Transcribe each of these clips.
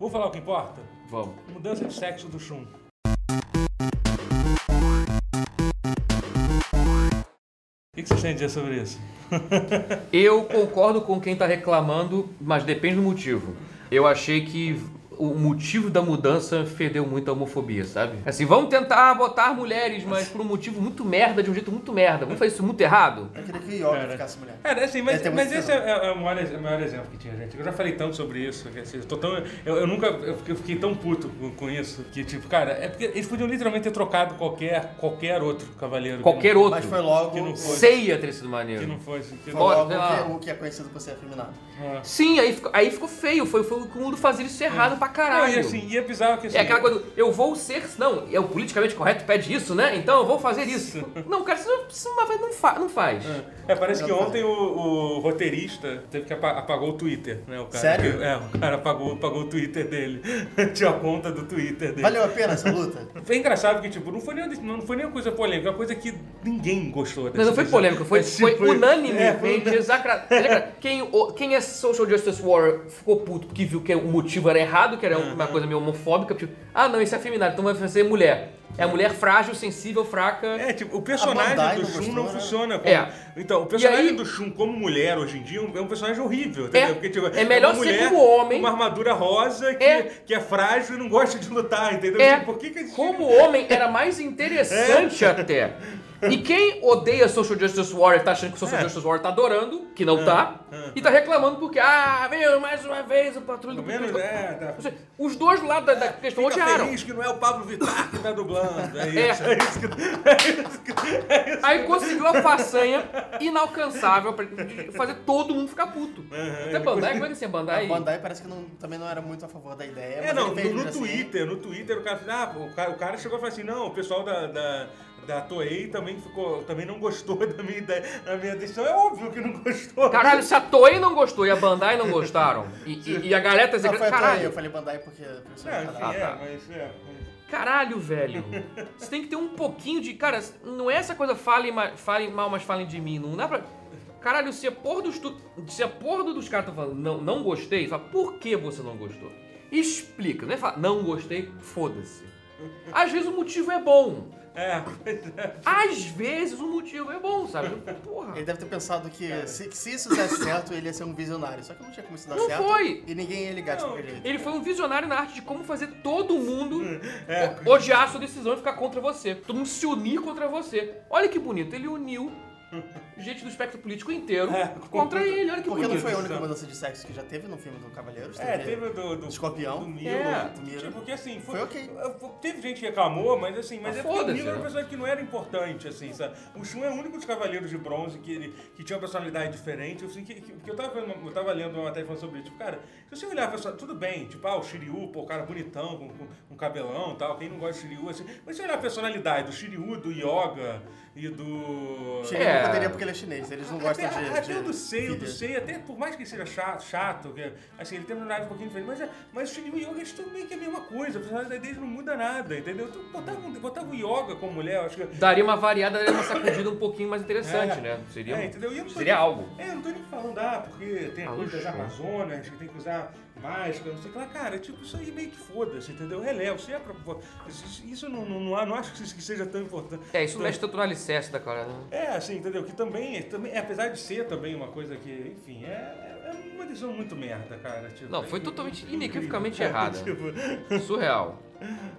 Vou falar o que importa? Vamos. Mudança de sexo do Shun. O que que vocês têm a dizer sobre isso? Eu concordo com quem está reclamando, mas depende do motivo. Eu achei que o motivo da mudança fedeu muito a homofobia, sabe? Assim, vamos tentar botar mulheres, mas por um motivo muito merda, de um jeito muito merda. Vamos fazer isso muito errado? Eu queria que o Yoga Cara. ficasse mulher. Cara, assim, mas, Deve ter mas muito esse é, é- é o, maior, ex- o maior exemplo que tinha, gente. Eu já falei tanto sobre isso. Que, assim, eu, tô tão, eu, eu nunca eu fiquei, eu fiquei tão puto com, com isso. Que, tipo, cara, é porque eles podiam literalmente ter trocado qualquer, qualquer outro cavaleiro. que Qualquer não- outro. Mas foi logo. Que não foi. Ceia teria sido Que maneiro. não fosse. Que Foi não, Bora, logo sei lá. que- o que é conhecido por ser afeminado. é. Sim, aí ficou, aí ficou feio. Foi, foi o mundo fazer isso errado pra Não, caralho. e assim, e é bizarro que assim. É aquela coisa, do, eu vou ser, não, é o politicamente correto pede isso, né? Então eu vou fazer isso. Não, cara, isso, não- isso não, não, fa- não faz. É, parece que ontem o, o roteirista teve que apa- apagou o Twitter, né? O cara, Sério? É, o cara apagou, apagou o Twitter dele. Tinha a conta do Twitter dele. Valeu a pena essa luta? Foi engraçado que, tipo, não foi nem, não foi nem uma coisa polêmica, é uma coisa que ninguém gostou dessa Não, não foi decisão. polêmica, foi, É, tipo, foi é, foi unanimemente unan- desacra- desacra- Quem, o- quem é social justice warrior ficou puto porque viu que o motivo era errado, que era uma coisa meio homofóbica, tipo, ah não, isso é feminado, então vai fazer mulher. É a mulher frágil, sensível, fraca. É, tipo, o A personagem Bandai do não Shun gostou, não né? funciona. Como... É. Então, o personagem aí- do Shun como mulher hoje em dia é um personagem horrível, entendeu? tipo, é melhor uma ser mulher como homem. com Uma armadura rosa que É. é, que é frágil e não gosta de lutar, entendeu? É, Tipo, por que que eles- É. como homem era mais interessante até. E quem odeia Social Justice Warrior tá achando que o Social É. Justice Warrior tá adorando, que não tá, é. e tá reclamando porque, ah, veio mais uma vez o patrulho do Pelo menos, é, tá. Ou seja, Os dois lados da, da questão Fica odiaram. feliz que não é o Pablo Vittar que tá dublando. É É. isso, é isso que... Aí conseguiu a façanha inalcançável pra de fazer todo mundo ficar puto. Até Bandai, como é que é assim? A Bandai? Bandai parece que não- também não era muito a favor da ideia. É, mas não, ele fez no, no mesmo assim. Twitter, no Twitter o cara, fala, ah, o cara, o cara chegou e falou assim, não, o pessoal da, da, da Toei também ficou, também não gostou da minha ideia, da minha decisão, é óbvio que não gostou. Caralho, se a Toei não gostou e a Bandai não gostaram, e, e- e a galera tá Ah, dizendo, foi a Toei, eu caralho, falei Bandai porque a pessoa É, não enfim, tá lá. é, tá. mas é. caralho, velho. Você tem que ter um pouquinho de... Cara, não é essa coisa, falem, ma- falem mal, mas falem de mim. Não dá pra... Caralho, se a porra dos, tu... se a porra dos caras tá falando, não, não gostei, fala, por que você não gostou? Explica, não é falar, não gostei, foda-se. Às vezes o motivo é bom. É, pois é. Às vezes o motivo é bom, sabe? Tá Porra. Ele deve ter pensado que se, que se isso desse certo, ele ia ser um visionário. Só que não tinha como isso dar Não certo. foi. E ninguém ia ligar tipo, de Não, qualquer jeito. Ele foi um visionário na arte de como fazer todo mundo É. o- odiar a sua decisão e ficar contra você. Todo mundo se unir contra você. Olha que bonito, ele uniu gente do espectro político inteiro É, contra ele. Olha que Porque bonito. não foi a única mudança de sexo que já teve no filme do Cavaleiros. É, teve o do, do Escorpião. do Milo. É, do Milo. Tipo que assim, foi, Foi ok. foi- Teve gente que reclamou, mas assim, mas Ah, é porque o foda-se, Milo era um né? personagem que não era importante, assim, sabe? O Shun é o único dos cavaleiros de bronze que, ele, que tinha uma personalidade diferente. Assim, que, que, porque eu tava, vendo uma- eu tava lendo uma matéria falando sobre isso. Tipo, cara, se você olhar, pessoal, tudo bem, tipo, ah, o Shiryu, pô, o cara bonitão, com, com, com cabelão e tal, quem não gosta de Shiryu, assim. Mas se você olhar a personalidade do Shiryu, do Yoga e do. Chile É. não poderia porque ele é chinês, eles não gostam até, de. até de o do Sei, o do filha. Sei, até por mais que seja chato, chato que, assim, ele tem um horário um pouquinho diferente, mas, é- mas o Shiryu e o Yoga, eles estão meio que a mesma coisa, a personalidade deles não muda nada, entendeu? Então, botava, um- botava o Yoga como mulher, eu acho que... Daria uma variada, daria uma sacudida um pouquinho mais interessante, É. né? Seria, um- É, entendeu? E eu não tô seria nem- algo. É, eu não tô nem falando, ah, porque tem a Ah, coisa das luxo. Amazonas, que tem que usar máscara, não sei o que lá. Cara, tipo, isso aí meio que foda-se, entendeu? Relevo, se é pra... isso- Isso não, não, não, não acho que isso que seja tão importante. É, isso tão- mexe tanto no alicerce da cara. né? É, assim, entendeu? Que também, também é, apesar de ser também uma coisa que, enfim, é, é uma decisão muito merda, cara. Tipo, Não, foi é totalmente incrível, inequivocamente cara, errada. tipo, Surreal.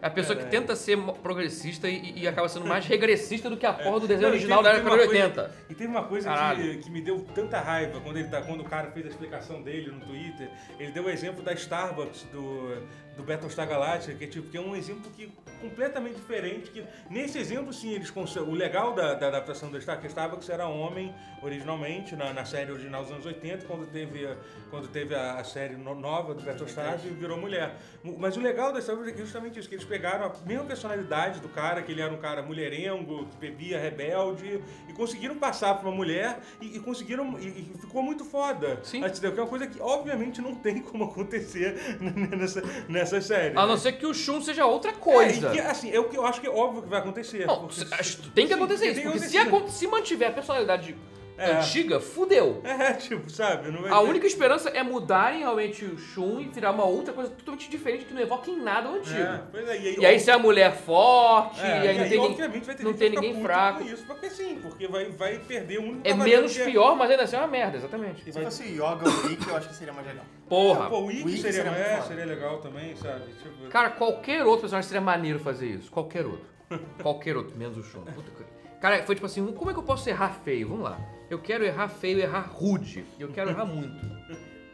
É a pessoa que tenta ser mo- progressista e, e acaba sendo mais regressista do que a porra do desenho Não, e original teve- da teve década de uma coisa- 80. E teve uma coisa que, Caralho. que me deu tanta raiva quando, ele tá, quando o cara fez a explicação dele no Twitter. Ele deu o exemplo da Starbucks, do, do Battlestar Galactica, que, é tipo, que é um exemplo que, completamente diferente. Que, nesse exemplo, sim, eles conse- o legal da, da adaptação da Starbucks, que a Starbucks era homem originalmente, na, na série original dos anos 80, quando teve, a- quando teve a, a série no- nova do Battlestar e virou mulher. Mu- Mas o legal da Starbucks é que justamente isso, que eles pegaram a mesma personalidade do cara, que ele era um cara mulherengo, que bebia, rebelde, e conseguiram passar pra uma mulher e, e conseguiram. E, e ficou muito foda. Sim. Mas, entendeu? Que é uma coisa que obviamente não tem como acontecer nessa, nessa série. A não ser que o Shun seja outra É, coisa. e que, assim, é o que eu acho que é óbvio que vai acontecer. Não, porque- se- acho- tem que Sim, acontecer isso. tem que Porque se, acontecer. acon- se mantiver a personalidade É. antiga, fudeu. É, tipo, sabe? Não vai A ter- única esperança é mudarem realmente o Shun e virar uma outra coisa totalmente diferente que não evoque em nada o antigo. É, pois é, e aí, E aí se é a mulher forte, é, e aí não tem ninguém. obviamente vai ter não gente tem que vai ninguém ficar puto fraco. Com isso, porque sim, porque vai, vai perder um É menos pior, mas ainda assim é uma merda, exatamente. Se fosse o Yoga ou o Rick, eu acho que seria mais legal. Porra. Pô, o Wiki Wiki seria, seria muito é, foda. seria legal também, sabe? Tipo, Cara, qualquer outro personagem seria maneiro fazer isso. Qualquer outro. Qualquer outro, menos o Shun. Puta que- Cara, foi tipo assim, como é que eu posso errar feio? Vamos lá. Eu quero errar feio, errar rude. E Eu quero errar muito.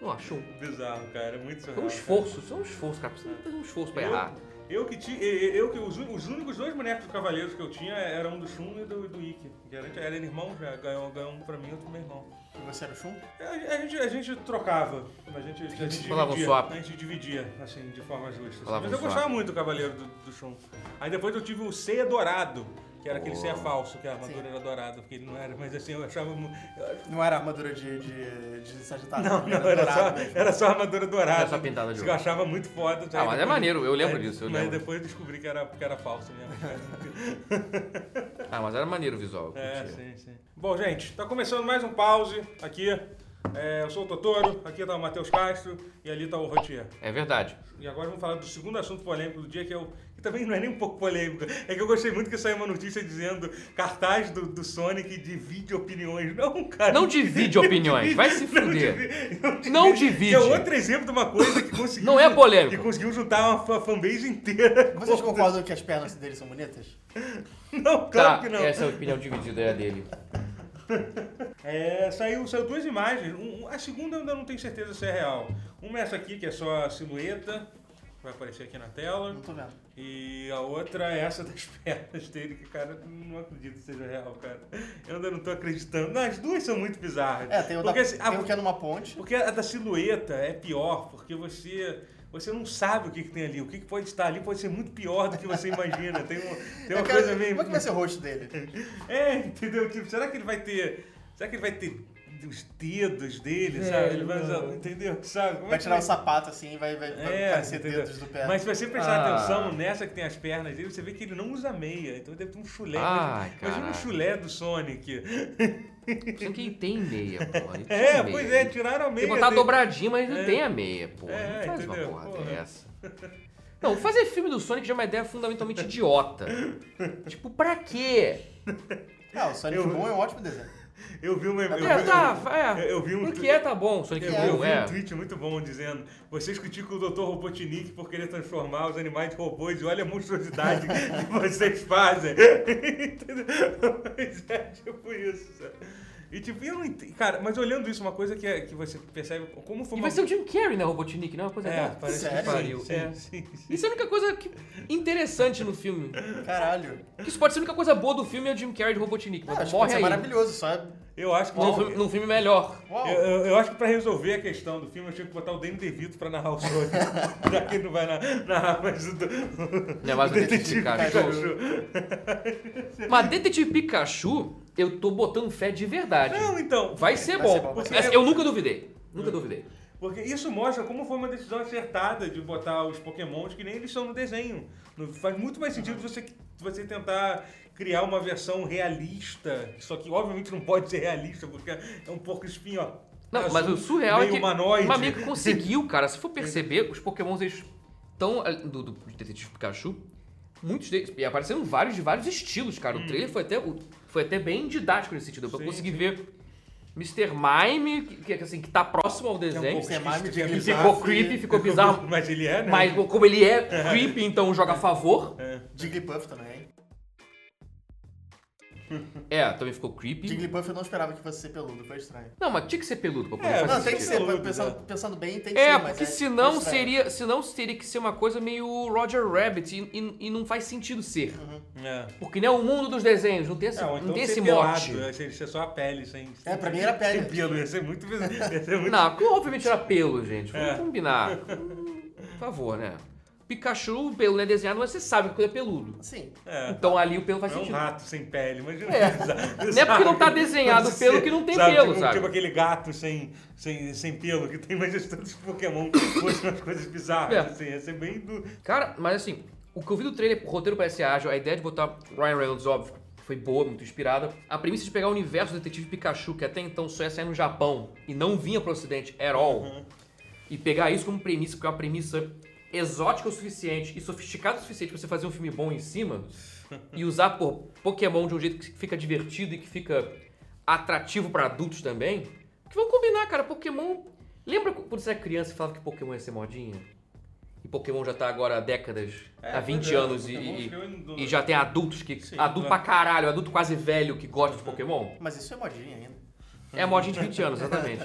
Vamos lá, Shun. bizarro, cara. É muito Foi um surreal, esforço, foi um esforço, cara. Precisa fazer um esforço pra Eu- errar. cara. Eu que tinha. Eu, eu que os, un- os únicos dois bonecos de cavaleiros que eu tinha era um do Shun e do, do Ikki. Que era, era irmão, já ganhou, ganhou um pra mim e outro pro meu irmão. E você era o Shun? A, a gente, a gente trocava, a gente, a gente falava um dividia, swap. a gente dividia, assim, de forma justa. assim. Falava Mas um eu gostava swap. muito do Cavaleiro do, do Shun. Aí depois eu tive o Ceia Dourado, que era aquele Oh. Ceia falso, que a armadura era dourada, porque ele não era, mas assim, eu achava... mu- Não era a armadura de, de, de Sagitário. né? Não, não, era só, dourado mesmo. era só armadura dourada. Era só pintada de Isso ouro. Eu achava muito foda. Ah, mas é maneiro, eu lembro disso, eu mas lembro. depois eu descobri que era, que era falso mesmo. Ah, mas era maneiro o visual. eu É, curtia. sim, sim. Bom, gente, tá começando mais um pause aqui. É, eu sou o Totoro, aqui tá o Matheus Castro e ali tá o Rotier. É verdade. E agora vamos falar do segundo assunto polêmico do dia, que é o. que também não é nem um pouco polêmico. É que eu gostei muito que saiu uma notícia dizendo cartaz do, do Sonic divide opiniões. Não, cara. Não divide opiniões, vai se Não fuder. divide, não divide. Não divide. Que é outro exemplo de uma coisa que conseguiu. Não é polêmico. Que conseguiu juntar uma fa- fanbase inteira. Vocês concordam que as pernas dele são bonitas? Não, claro Tá, que não. essa é a opinião dividida é a dele. É, saiu, saiu duas imagens. Um- um- a segunda eu ainda não tenho certeza se é real. Uma é essa aqui, que é só a silhueta, vai aparecer aqui na tela. Não tô vendo. E a outra é essa das pernas dele, que, cara, eu não acredito que seja real, cara. Eu ainda não tô acreditando. Não, as duas são muito bizarras. É, tem o, porque, da, assim, a- tem o que é numa ponte. porque a da silhueta é pior, porque você. Você não sabe o que, que tem ali. O que, que pode estar ali pode ser muito pior do que você imagina. Tem, um, tem uma Eu quero- coisa meio. Como é que vai ser o rosto dele? É, entendeu? Tipo, será que ele vai ter. Será que ele vai ter os dedos dele, Velho, sabe? Ele vai usar. não. Entendeu? Sabe? Como é Vai que tirar o sapato assim e vai, vai, vai É, parecer entendeu? dedos do pé. Mas se você prestar Ah. atenção nessa que tem as pernas dele, você vê que ele não usa meia. Então deve ter um chulé. Ai, Imagina- Imagina um caraca. chulé do Sonic. Só que é tem meia, pô. aí tem É, meia. pois é, tiraram a meia. Tem que botar dele. dobradinha, mas não É. tem a meia, pô. É, não faz entendeu? uma porra, Porra. dessa. Não, fazer filme do Sonic já é uma ideia fundamentalmente idiota. tipo, pra quê? Não, o Sonic Eu- Boom é um ótimo desenho. Eu vi uma. Eu, É, vi- tá, é. eu- eu vi um Porque é, tá bom, Sonic Eu, é, eu vi é. um tweet muito bom dizendo: vocês criticam o Dr. Robotnik por querer transformar os animais em robôs e olha a monstruosidade que vocês fazem. Entendeu? Mas é tipo isso. sabe? E tipo, eu não entendo. Cara, mas olhando isso, uma coisa que, é- que você percebe como foi E uma. vai ser o Jim Carrey, né, Robotnik, não é uma coisa É, dessa? parece Sério? que pariu. Sim, é. sim, sim. Isso é a única coisa que- interessante no filme. Caralho. Que isso pode ser a única coisa boa do filme é o Jim Carrey de Robotnik. Não, Mas Ah, acho que pode morre ser aí. maravilhoso, só é... Eu acho que. Num filme, num filme melhor. Uau. Eu, eu- eu acho que pra resolver a questão do filme eu tinha que botar o Danny DeVito pra narrar o Sonic. Já que ele não vai na- narrar mais o, do, Não é mais o Detetive Pikachu. Mas Detetive Pikachu, eu tô botando fé de verdade. Não, então. Vai ser Vai ser bom. bom, vai ser Essa- bom. Eu nunca duvidei. Nunca duvidei. Porque isso mostra como foi uma decisão acertada de botar os pokémons que nem eles são no desenho. No- Faz muito mais sentido você, você tentar criar uma versão realista. Só que obviamente não pode ser realista, porque é um pouco espinho, ó. Não, azul, mas o surreal é meio que humanoide. uma amiga conseguiu, cara. Se for perceber, os pokémons eles estão do, do Detetive Pikachu, muitos deles, e apareceram vários de vários estilos, cara. O trailer foi até, o- foi até bem didático nesse sentido. Eu Hum. Sim, consegui ver Mr. Mime, que- que, assim, que tá próximo ao É um desenho. pouco Você é mais esquisito, que de- é ficou bizarro, creepy, e- ficou bizarro. Mas ele é, né? Mas como ele é creepy, então joga a favor. Jigglypuff também. É, também ficou creepy. Jigglypuff eu não esperava que fosse ser peludo, foi estranho. Não, mas tinha que ser peludo pra poder É, né? fazer Não, Faz tem que ser, sentido. foi pensando, pensando bem, tem que ser, É, mas porque é- foi senão estranho. seria, senão teria que ser uma coisa meio Roger Rabbit e, e- e não faz sentido ser. É. Porque não é o mundo dos desenhos, não tem esse, É, ou não então tem ser esse pelado, mote. é, Seria seria só a pele, sem. É, pra mim era pele. Sem pelo, ia ser muito. bizarro, Ia ser muito... Não, como obviamente era pelo, gente. Vamos É. combinar. Hum, Por favor, né? Pikachu, o pelo não é desenhado, mas você sabe que o coisa é peludo. Sim. É. Então ali o pelo faz Não é um sentido. rato sem pele, imagina. É. Não Não é porque não tá desenhado o pelo que não tem pelo, tipo, sabe? Tipo aquele gato sem, sem, sem pelo que tem mais de tantos Pokémon que fossem umas coisas bizarras, É. assim. Ia ser bem do... Cara, mas assim, o que eu vi do trailer, o roteiro parece ágil, a ideia de botar Ryan Reynolds, óbvio, foi boa, muito inspirada. A premissa de pegar o universo do Detetive Pikachu, que até então só ia sair no Japão e não vinha pro ocidente at all, Uhum. e pegar isso como premissa, porque é uma premissa exótica o suficiente e sofisticada o suficiente pra você fazer um filme bom em cima, e usar pô, Pokémon de um jeito que fica divertido e que fica atrativo pra adultos também, que vão combinar, cara, Pokémon... Lembra quando você era criança e falava que Pokémon ia ser modinha? E Pokémon já tá agora há décadas, É, há 20 anos e- e, e já tem adultos que. um Sim, adulto pra claro. Uhum. caralho, adulto quase velho que gosta de Pokémon. Mas isso é modinha ainda. É modinha de 20 anos, exatamente.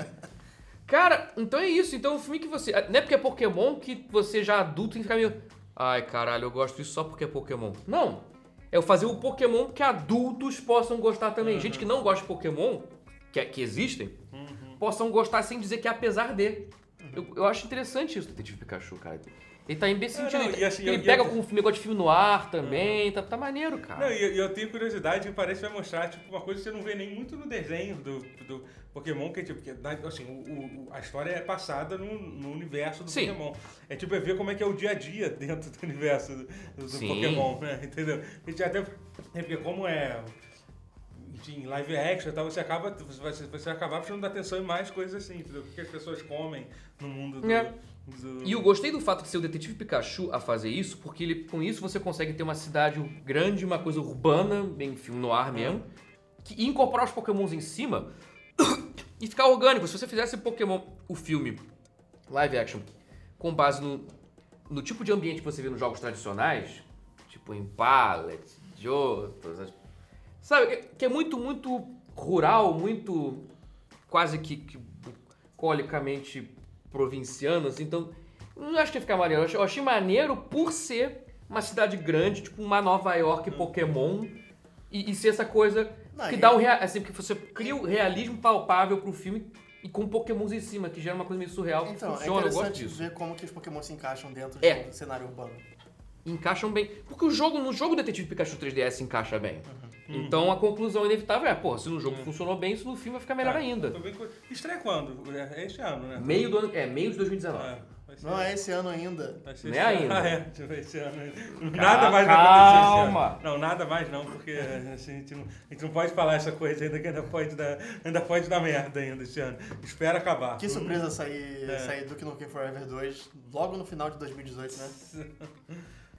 Cara, então é isso. Então o filme que você. Não é porque é Pokémon que você já é adulto tem que ficar meio. Ai, caralho, eu gosto disso só porque é Pokémon. Não. É eu fazer o Pokémon que adultos possam gostar também. Gente que não gosta de Pokémon, que, é, que existem, Uhum. possam gostar sem dizer que é apesar de. Eu, eu acho interessante isso do Detetive Pikachu, cara. Ele tá em bem não, sentido. ele e assim, ele eu- e pega eu- com um negócio de filme no ar também, tá, tá maneiro, cara. Não, e eu- e eu tenho curiosidade e parece que vai mostrar tipo, uma coisa que você não vê nem muito no desenho do, do Pokémon, que é tipo, que, dá- assim, o- o- o- a história é passada no, no universo do Sim. Pokémon. É tipo, é ver como é que é o dia a dia dentro do universo do, do Sim. Pokémon, né? Entendeu? A gente até. É porque como é. Enfim, live action e tal, você acaba. Você vai, você vai acabar prestando atenção em mais coisas assim, entendeu? O que as pessoas comem no mundo do. É. do- E eu gostei do fato de ser o detetive Pikachu a fazer isso, porque ele, com isso você consegue ter uma cidade grande, uma coisa urbana, bem filme no ar mesmo, que, e incorporar os pokémons em cima e ficar orgânico. Se você fizesse Pokémon, o filme, live action, com base no, no tipo de ambiente que você vê nos jogos tradicionais, tipo em Pallet, Jotos, as- sabe, que- que é muito, muito rural, muito quase que, que bucolicamente provinciano, assim, então não acho que ia ficar maneiro. Eu achei, eu achei maneiro por ser uma cidade grande, tipo uma Nova Hum. York Pokémon, e, e ser essa coisa Não, que e- dá o rea- assim, que você cria o realismo palpável pro filme e com pokémons em cima, que gera uma coisa meio surreal. que Então, funciona, é eu gosto interessante disso. ver como que os Pokémon se encaixam dentro É. do cenário urbano. encaixam bem. Porque o jogo, no jogo Detetive Pikachu 3DS encaixa bem. Uhum. Então a conclusão inevitável é, pô, se no jogo funcionou bem, isso no filme vai ficar melhor Ah, É. ainda. tô bem cu- Estreia quando? É este ano, né? Meio do ano, é, meio de 2019. É, vai ser- Não é esse ano ainda. Vai ser Né esse ano. ainda? Ah, é, deixa eu ver esse ano. Calma. Nada mais vai acontecer esse ano. Não, nada mais não, porque assim, a, gente não, a gente não pode falar essa coisa ainda que ainda pode dar, ainda pode dar merda ainda esse ano. Espera acabar. Que surpresa sair, É. sair Duke Nukem Forever 2 logo no final de 2018, né?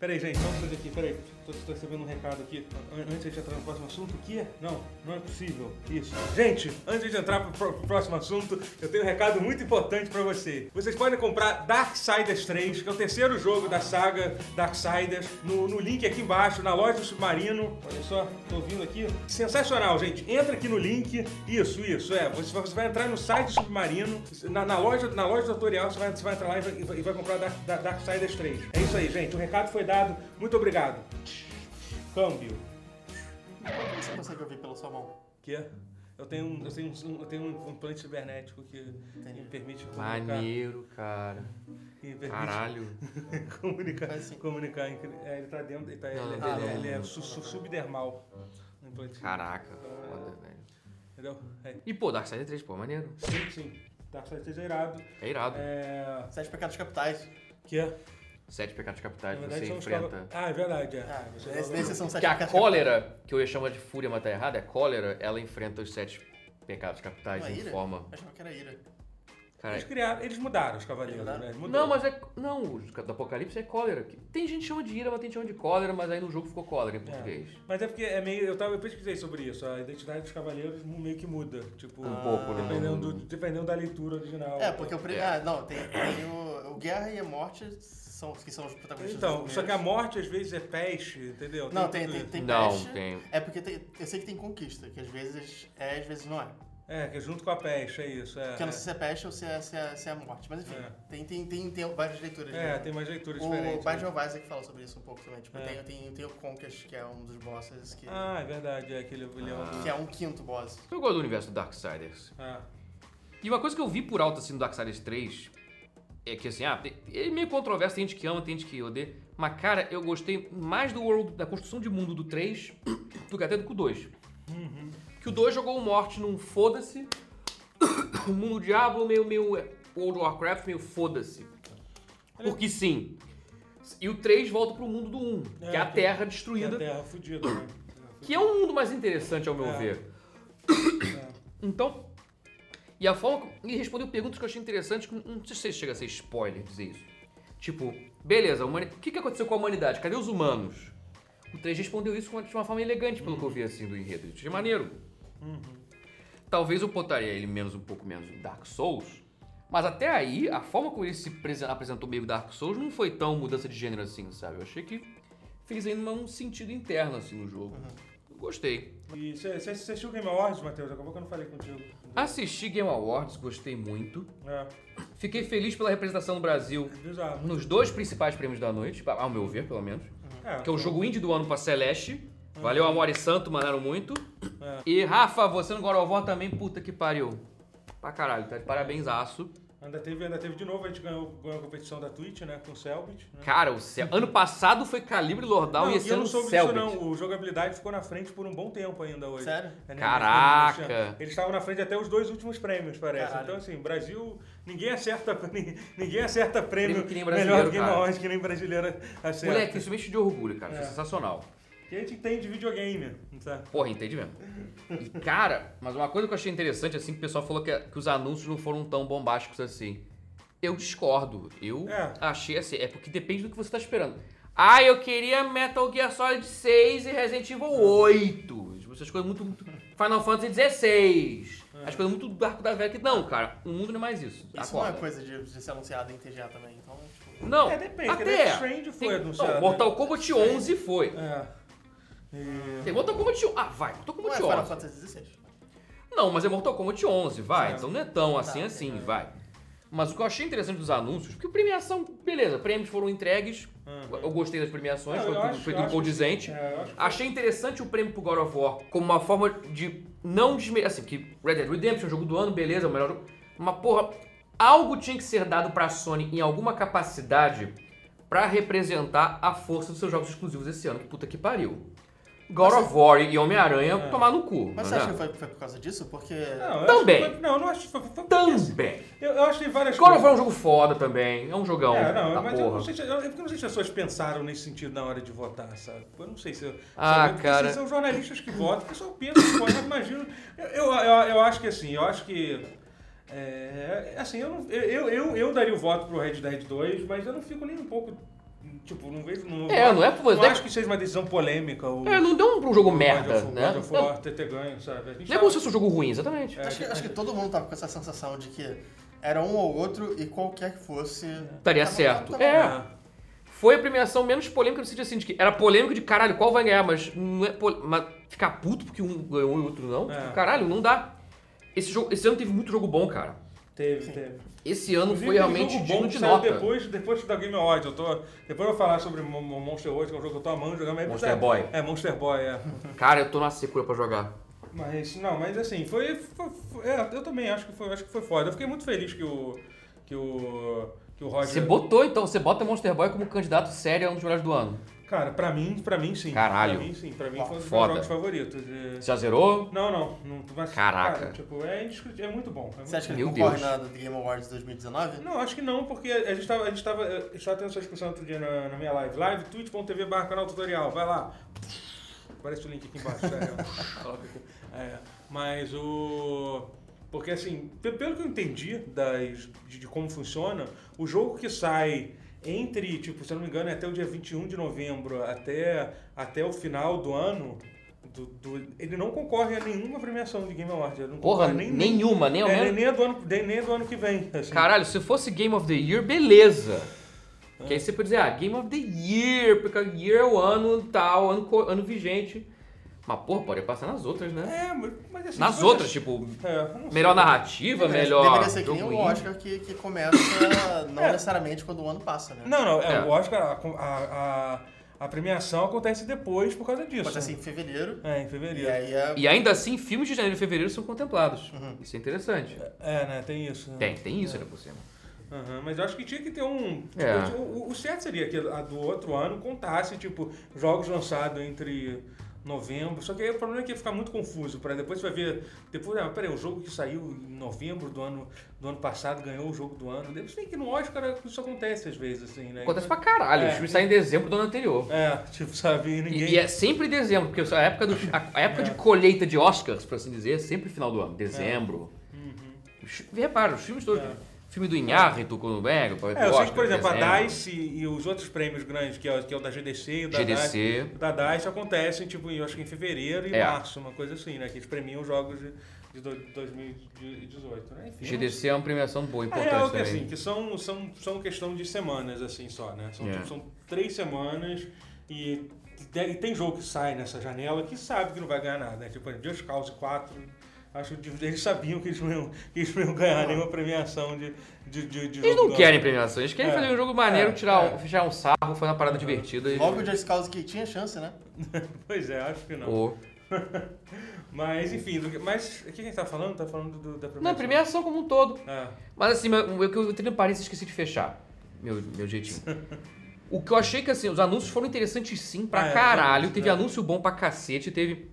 Peraí, gente, vamos fazer aqui, peraí. Tô, tô recebendo um recado aqui. An- Antes de a gente entrar no próximo assunto, o quê? Não, não é possível. Isso. Gente, antes de entrar pro, pro próximo assunto, eu tenho um recado muito importante pra você. Vocês podem comprar Darksiders 3, que é o terceiro jogo da saga Darksiders, no, no link aqui embaixo, na loja do Submarino. Olha só, tô ouvindo aqui. Sensacional, gente. Entra aqui no link. Isso, isso, é. Você, vai- você vai entrar no site do Submarino, na, na loja, na loja do tutorial, você vai, você vai entrar lá e vai, e vai- e vai comprar Dark, Dark- Darksiders 3. É isso aí, gente. O recado foi dado. Muito obrigado. Câmbio. Como que você consegue ouvir pela sua mão? Que é? Eu tenho um, eu tenho um, eu tenho um implante cibernético que me permite É. comunicar. Maneiro, cara. que me permite Caralho. comunicar, Faz assim. comunicar. incri- é, ele tá dentro, ele, tá, Não, ele, não, ele- não, ele não. é su- su- subdermal. Um implante. Caraca, foda, velho. Entendeu? É. E pô, Darkseid 3, pô, maneiro. Sim, sim. Darkseid seja irado. É irado. É. Sete pecados capitais. Que é? Sete pecados capitais Na você verdade, são os enfrenta. cava- Ah, é verdade, é. Ah, Você esse, não- esses são sete Que a pecados cólera, que eu ia chamar de fúria, mas tá errado, é cólera, ela enfrenta os sete pecados capitais Não é em ira? forma. Eu Achava que era ira. Eles Cara, criaram, eles mudaram os cavaleiros, Mudaram? né? Mudou. Não, mas é. Não, o do Apocalipse é cólera. Que- Tem gente que chama de ira, mas tem gente que chama de cólera, mas aí no jogo ficou cólera em português. Mas é porque é meio. Eu, tava, eu pesquisei sobre isso. A identidade dos cavaleiros meio que muda. Tipo, Um pouco, né? dependendo, do- dependendo da leitura original. É, porque o primeiro. É. Ah, não, tem, tem o, o Guerra e a Morte, são, que são os protagonistas. Então, dos só que a primeiros. morte às vezes é peste, entendeu? assim, Não, tem, tudo tem, isso. tem Não, peste. tem. É porque tem- eu sei que tem conquista, que às vezes é, às vezes não é. É, que é junto com a peste, é isso. É, Porque eu não sei se é peste ou se é, se é, se é a morte. Mas enfim, É. tem, tem, tem, tem várias leituras. é, né? tem umas leituras O diferentes. né? Bad Novaes é que fala sobre isso um pouco também. Tipo, É. tem, tem, tem o Conquest, que é um dos bosses, que, Ah, é verdade. É aquele. Ele é um- que é um quinto boss. Eu gosto do universo do Darksiders. Ah, E uma coisa que eu vi por alto assim no Darksiders 3 é que assim, ah, tem- ele é meio controverso, tem gente que ama, tem gente que odeia. Mas, cara, eu gostei mais do world, da construção de mundo do 3 do que até do que o 2. Uhum. Que o 2 jogou o Morte num foda-se. o mundo Diablo meio, meio é, World of Warcraft, meio foda-se. Porque sim. E o 3 volta pro mundo do 1, que é É, a que- Terra tem é a destruída. terra fudida, né? Que é um mundo mais interessante, ao meu É. ver. Então, e a forma que- e respondeu perguntas que eu achei interessantes, que não sei se chega a ser spoiler dizer isso. Tipo, beleza, a humani- o que, que aconteceu com a humanidade? Cadê os humanos? O 3 respondeu isso de uma forma elegante, pelo que eu vi assim do enredo. Isso é maneiro. Talvez eu botaria ele menos um pouco menos no Dark Souls, mas até aí, a forma como ele se presen- apresentou meio Dark Souls não foi tão mudança de gênero assim, sabe? Eu achei que fez ainda um sentido interno assim no jogo. Eu Gostei. E você você- você assistiu o Game Awards, Matheus? Acabou que eu não falei contigo. Assisti Game Awards, gostei muito. É, Fiquei feliz pela representação do Brasil bizarro. nos dois principais prêmios da noite, ao meu ver, pelo menos. É, Que é o jogo indie do ano pra Celeste. Valeu, Amor e Santo, mandaram muito. É. E Rafa, você no God of War também, puta que pariu. Pra caralho, tá de parabéns, aço. Ainda teve, ainda teve de novo, a gente ganhou, ganhou a competição da Twitch, né? Com o Selbit. Né? Cara, o céu. Ano passado foi Calibre Lordal e e esse eu ano não soube um Selbit. disso, não. O jogabilidade ficou na frente por um bom tempo ainda hoje. Sério? É, né? Caraca. Eles- Eles estavam na frente até os dois últimos prêmios, parece. Caralho. Então, assim, Brasil, ninguém acerta, ninguém acerta prêmio Prêmio que nem melhor brasileiro, do Game cara. Awards que nem brasileira acerta. Moleque, isso me enche de orgulho, cara. Isso é É. sensacional. Que a gente tem de videogame, sabe? Porra, entendi mesmo. E cara, mas uma coisa que eu achei interessante, assim, que o pessoal falou que, que os anúncios não foram tão bombásticos assim. Eu discordo. Eu É. achei assim. É porque depende do que você tá esperando. Ah, eu queria Metal Gear Solid 6 e Resident Evil 8. Tipo, Essas coisas muito. muito- Final Fantasy 16. As coisas muito do arco da velha que não, cara. O mundo não é mais isso. É. Isso não Acorda. é coisa de, de ser anunciado em TGA também, então, tipo... Não, É, depende, porque até Death Stranding foi Tem- anunciado, Não, né? Mortal Kombat 11 foi. É. E- Tem Mortal Kombat 11. Ah, vai, Mortal É. Não é Kombat 11. Final Fantasy XVI? Não, mas é Mortal Kombat 11, vai. É. Então não é tão assim Tá, assim, entendi. vai. Mas o que eu achei interessante dos anúncios, porque premiação, beleza, prêmios foram entregues. Uhum. Eu gostei das premiações, Não, foi eu tudo, acho- foi eu tudo acho condizente. que- é, eu acho que- Achei interessante o prêmio pro God of War como uma forma de não desmerecer. Assim, que Red Dead Redemption, jogo do ano, beleza, é o melhor jogo. Mas, porra, algo tinha que ser dado pra Sony em alguma capacidade pra representar a força dos seus jogos exclusivos esse ano. Que puta que pariu. God of War e Homem-Aranha É. tomar no cu. Mas você né? acha que foi, foi por causa disso? Porque... Não, eu Também. acho que foi- não, eu não acho que foi. foi- Também. Eu, eu acho que tem várias God of coisas. War é um jogo foda também. É um jogão É, não, da mas porra. eu não, sei se, eu, é porque eu não sei se as pessoas pensaram nesse sentido na hora de votar, sabe? Eu não sei se. Eu, Ah, sabe? Porque, cara. assim, são jornalistas que votam, o pessoal pensa que vota, mas imagino. Eu, eu, eu, eu acho que assim, eu acho que. É, assim, eu, não, eu, eu, eu, eu daria o voto pro Red Dead 2, mas eu não fico nem um pouco. Tipo, não vejo. Não, É, não é por- Não é- acho que seja uma decisão polêmica. Ou, É, não deu um, um jogo merda, God of, né? God of Não, War ter, ter ganho, sabe? A gente tá- não é como se fosse um jogo ruim, exatamente. É. Acho que, acho que todo mundo tava com essa sensação de que era um ou outro e qualquer que fosse... Estaria tava- certo. tava- É. Ah, Foi a premiação menos polêmica no sentido assim, de que era polêmico de caralho, qual vai ganhar, mas não é pol... mas ficar puto porque um ganhou e o outro não. É. tipo, caralho, não dá. Esse, jogo, esse ano teve muito jogo bom, cara. teve, teve. Esse ano Inclusive, foi tem realmente jogo digno bom de que saiu nota. Depois, depois da Game Awards, eu tô, depois eu vou falar sobre Mon- Mon- Monster World, que é um jogo que eu tô amando jogar. Mas Monster é, Boy. É, Monster Boy, é. Cara, eu tô na secura pra jogar. Mas, não, mas assim, foi... foi- foi- é, eu também acho que foi, acho que foi foda. Eu fiquei muito feliz que o... Que o, que o Roger... Você botou, então, você bota Monster Boy como candidato sério a um dos melhores do ano. Cara, pra mim, pra mim sim. Caralho. Pra mim sim, pra mim Ó, foi um dos meus foda. jogos favoritos. E- Você já zerou? Não, não, não. Mas, Caraca. cara, tipo, é indiscutível, é muito bom. é muito Você acha que ele Meu concorre Deus. na The Game Awards 2019? Não, acho que não, porque a gente tava, a gente tava, eh, a gente tava tendo essa discussão outro dia na, na minha live. Live, twitch.tv barra canal tutorial, vai lá. Aparece o link aqui embaixo, é, sério. Coloca aqui. É, mas o... Porque assim, pe- pelo que eu entendi das, de, de como funciona, o jogo que sai entre, tipo, se eu não me engano, é até o dia 21 de novembro, até, até o final do ano... do- do- ele não concorre a nenhuma premiação de Game Awards. ele não Porra, concorre nem, nenhuma, nem ao é, menos. nem a do ano, nem nem a do ano que vem. assim. Caralho, se fosse Game of the Year, beleza. Que aí você pode dizer, ah, Game of the Year, porque Year é o ano tal, ano, co- ano vigente. Mas, porra, pode passar nas outras, né? É, mas- mas assim. Nas se você- outras, tipo, É, eu não sei. melhor narrativa, Deveria- melhor. Deveria ser que nem jogo o indie. Oscar que, que começa não necessariamente quando o ano passa, né? É. Não, não, é, É. o Oscar, a, a, a- a premiação acontece depois por causa disso. né? Pode assim, em fevereiro. É, em E fevereiro. É, aí é. E ainda assim, filmes de janeiro e fevereiro são contemplados. Isso é interessante. né, tem isso. né? Tem, tem isso ainda por cima. Aham, mas eu acho que tinha que ter um. tipo, É. o- o, o certo seria que a do outro ano contasse, tipo, jogos lançados entre. novembro. Só que aí o problema é que ia ficar muito confuso. Pra depois você vai ver. Depois, ah, peraí, o jogo que saiu em novembro do ano, do ano passado ganhou o jogo do ano. Depois tem que no Oscar isso acontece às vezes, assim, né? Acontece pra caralho. Os É. filmes saem em dezembro do ano anterior. É, tipo, sabe, e ninguém. E, e é sempre em dezembro, porque a época, do, a, a época de colheita de Oscars, por assim dizer, é sempre final do ano. Dezembro. Os- Repara, os filmes todos. Uhum. É. Filme do Inharrito, quando pega, pode É, eu sei que, por exemplo, a DICE e, e os outros prêmios grandes, que é, o- que é o da GDC e o da DICE. GDC. O da DICE acontecem, tipo, eu acho que em fevereiro e É. março, uma coisa assim, né? Que eles premiam os jogos de, de do- 2018, né? Enfim, GDC é uma premiação boa, A importante real é que, também. assim, que são, são, são questão de semanas, assim, só, né? São, É. tipo, são três semanas e, e tem jogo que sai nessa janela que sabe que não vai ganhar nada, né? Tipo, Just Cause 4, acho que eles sabiam que eles não iam, que eles não iam ganhar nenhuma premiação de, de, de, de Eles jogo não do querem ano. premiação, eles querem É. fazer um jogo maneiro, É, tirar é. um, tirar um sarro, fazer uma parada divertida. e- Logo o Just Cause que tinha chance, né? Pois é, acho que não. Ou- Mas, enfim, do que- mas o que a gente tá falando? Tá falando do, da premiação? Não, premiação como um todo. Ah, Mas assim, meu- eu que eu entrei no Paris e esqueci de fechar. Meu, meu jeitinho. O que eu achei que assim, os anúncios foram interessantes sim pra Ah, é, caralho. realmente, teve né? anúncio bom pra cacete, teve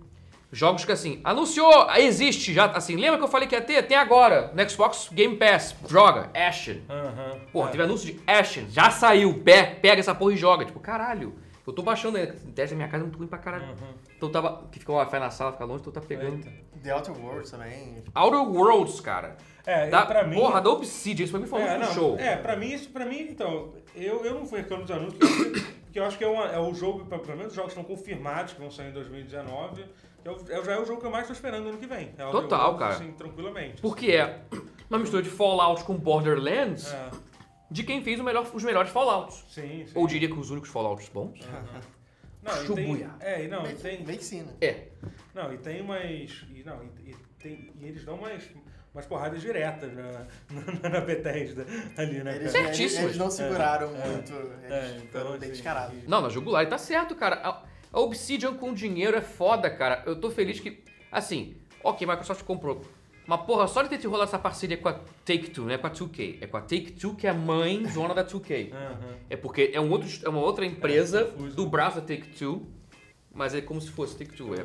jogos que assim, anunciou, existe já, assim, lembra que eu falei que ia ter? Tem agora, no Xbox Game Pass, joga, Ashen. aham. Porra, Ah, teve anúncio de Ashen, já saiu, pé, pega essa porra e joga. Tipo, caralho, eu tô baixando ainda, o teste da minha casa é muito ruim pra caralho. aham. Então tava, que fica o Wi-Fi na sala, fica longe, então tá pegando. Uhum. Eita. The Outer Worlds também. Outer Worlds, cara. É, Da, e pra mim... Porra, da Obsidian, isso pra mim foi um é, não, show. É, pra mim, isso, pra mim, então, eu, eu não fui reclamando dos anúncios, porque, porque eu acho que é, uma, é o jogo, pelo menos os jogos que estão confirmados, que vão sair em 2019, que é o- é, o- já é o jogo que eu mais tô esperando ano que vem. É o Total, The Worlds, cara. Assim, tranquilamente. assim. Porque é uma mistura de Fallout com Borderlands É, de quem fez o melhor- os melhores Fallouts. sim, sim. Ou diria que os únicos Fallouts bons. Aham. Não, e tem, Shibuya. é, e não, e Meio- tem, Meio que sim, né? É. Não, e tem umas. E, não, e, e tem, e eles dão umas, umas porradas diretas na, na, na Bethesda ali, né? Eles, cara? eles, Certíssimos. eles não seguraram É. muito. É, Eles então, foram assim, bem descarados. Não, na jugular e tá certo, cara. A, a Obsidian com dinheiro é foda, cara. Eu tô feliz que. Assim, ok, Microsoft comprou. Mas porra, só de ter rolado essa parceria com a Take-Two, não é com a 2K. É com a Take-Two que é a mãe zona da 2K. Aham. É porque é, um outro, é uma outra empresa É, confuso. do braço da Take-Two, mas é como se fosse Take-Two, é,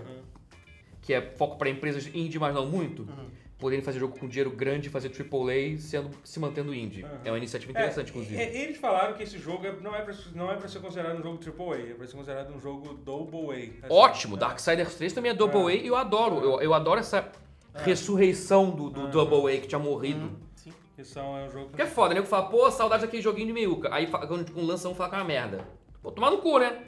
que é foco para empresas indie, mas não muito, Uhum. poderem fazer jogo com dinheiro grande, fazer AAA, sendo, se mantendo indie. Aham. É uma iniciativa interessante, É, inclusive. e- eles falaram que esse jogo é- não, é pra, não é pra ser considerado um jogo AAA, é pra ser considerado um jogo Double A. assim, Ótimo, Darksiders 3 também é Double A e eu adoro. Eu, eu adoro essa É. ressurreição do, do Double A que tinha morrido. Uhum. Uhum. Sim. Que são, é um jogo que- Porque é foda, né? Eu falo, pô, saudade daquele joguinho de meiuca. Aí fa- quando um lança um fala que é uma merda. Pô, tomar no cu, né?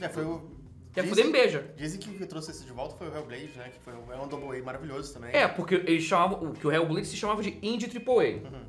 É, foi o. Quer fuder, dizem- me beija. Dizem que o que trouxe esse de volta foi o Hellblade, né? Que foi um, é um double A maravilhoso também. É, porque eles chamavam, o- que o Hellblade se chamava de Indie AAA. Uhum.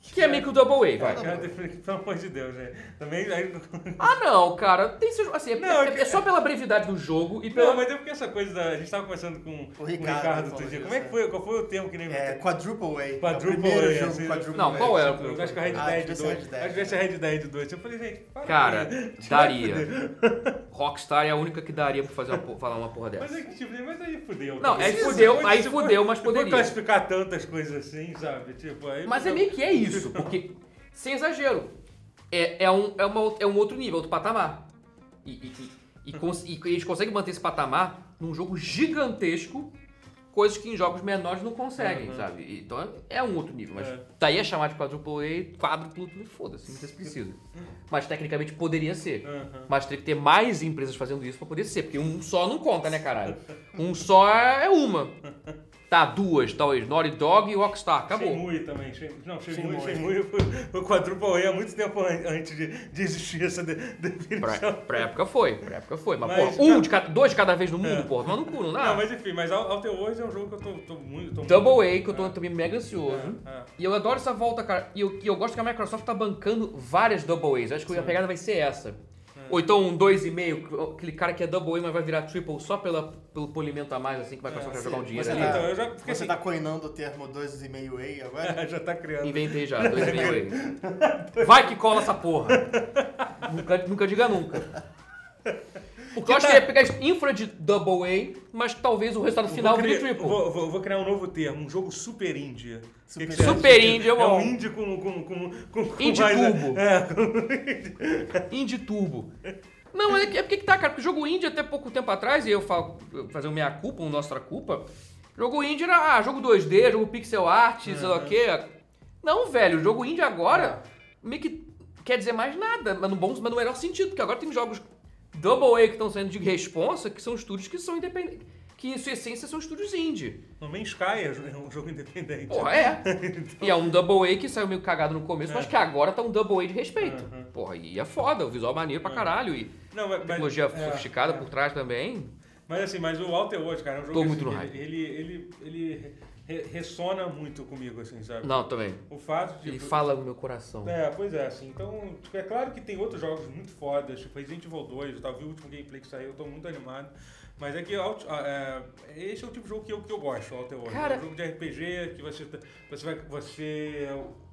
Que é meio que o Double A, vai. Cara, Pelo amor de Deus, né? Também. Aí, Ah, não, cara. Tem seus, assim, é- Não, é, que- é só pela brevidade do jogo e pela... não, mas é porque essa coisa da. A gente tava conversando com com o Ricardo Ricardo outro falou dia. disso, Como é que né? foi? Qual foi o termo que nem. É, Quadruple A. Quadruple é o primeiro A, jogo assim, Quadruple Não, A. qual é? Eu acho que a Red Ah, Dead devia ser 2. Red Acho que Dead. vai ser Red Dead 2. Eu falei, gente, para Cara, com isso. daria. Vai fuder. Rockstar é a única que daria pra fazer uma, por- falar uma porra Mas dessa. aí, que tipo, mas aí fudeu. é Não, Porque aí se- fudeu, se for- aí se for- fudeu, mas se for poderia. tipo, classificar tantas coisas assim, sabe? Tipo, aí Mas é meio que é isso, porque, sem exagero, é, é, um, é, uma, é um outro nível, outro patamar. E, e, e, e cons- e eles conseguem manter esse patamar num jogo gigantesco, coisas que em jogos menores não conseguem, Uhum. sabe? Então é, é um outro nível, mas É. daí é chamar de quadruple A, quádruplo, foda-se, não sei se precisa. Mas tecnicamente poderia ser. Aham. Mas teria que ter mais empresas fazendo isso pra poder ser, porque um só não conta, né, caralho? Um só é uma. Tá, duas, talvez. Naughty Dog e Rockstar. Acabou. Shenmue também. Shen- Não, Shenmue, Shenmue. Shenmue foi foi quadruple A há muito tempo an- antes de, de existir essa de- Pra, definição. pra época foi, pra época foi. Mas, Mas- É. porra, um de cada, dois de cada vez no mundo, porra, mas no cu, não dá. Não, mas enfim, mas Al- Outer Worlds é um jogo que eu tô, tô muito... Tô Double muito... A, que eu tô também mega ansioso. É, é. E eu adoro essa volta, cara. E eu, e eu gosto que a Microsoft tá bancando várias Double A's. Acho que a pegada vai ser É. essa. Ou então um 2,5, aquele cara que é Double A, mas vai virar Triple só pela, pelo polimento a mais, assim, que a Microsoft vai jogar um dinheiro Você ali. Então, eu já Você fiquei assim... tá coinando o termo 2,5 A agora? Já tá criando. Inventei já, 2008. Vai que cola essa porra. nunca, nunca diga nunca. O que eu acho que é pegar infra de Double A, mas talvez o resultado final tá- tipo- vou, vire criar, triple. vou, vou- vou criar um novo termo, um jogo super indie. Super Que que você acha? Super indie, é eu um amo. indie com, com, com, com, com Indie mais, turbo. É, com- Indie Turbo. Não, é, que- é porque que tá, cara. Porque jogo indie até pouco tempo atrás, e eu falo, eu fazer o minha culpa, o nossa culpa. Jogo indie era ah, jogo 2D, jogo pixel art, sei lá o quê. Não, velho, o jogo indie agora meio que quer dizer mais nada, mas no bom, mas no melhor sentido, porque agora tem jogos Double A que estão saindo de responsa, que são estúdios que são independentes, que em sua essência são estúdios indie. No Man's Sky é um jogo independente. Porra, é. E é um Double A que saiu meio cagado no começo, mas que agora tá um Double A de respeito. Porra, e é foda, o visual maneiro pra caralho. E Não, mas- mas- tecnologia é, sofisticada é. por trás também. Mas assim, mas o Walter Watch, cara, é um jogo Tô que, muito assim, no hype. ele, ele, ele, ele re- ressona muito comigo, assim, sabe? Não, também. O fato de. Ele fala no meu coração. É, pois é, assim. Então, tipo, é claro que tem outros jogos muito fodas, tipo Resident Evil 2, eu tava vi o último gameplay que saiu, eu tô muito animado. Mas é que Out- ah, é, esse é o tipo de jogo que eu, que eu gosto, Outer Worlds. Cara- É um jogo de RPG que você, tá- você vai. Você, é o,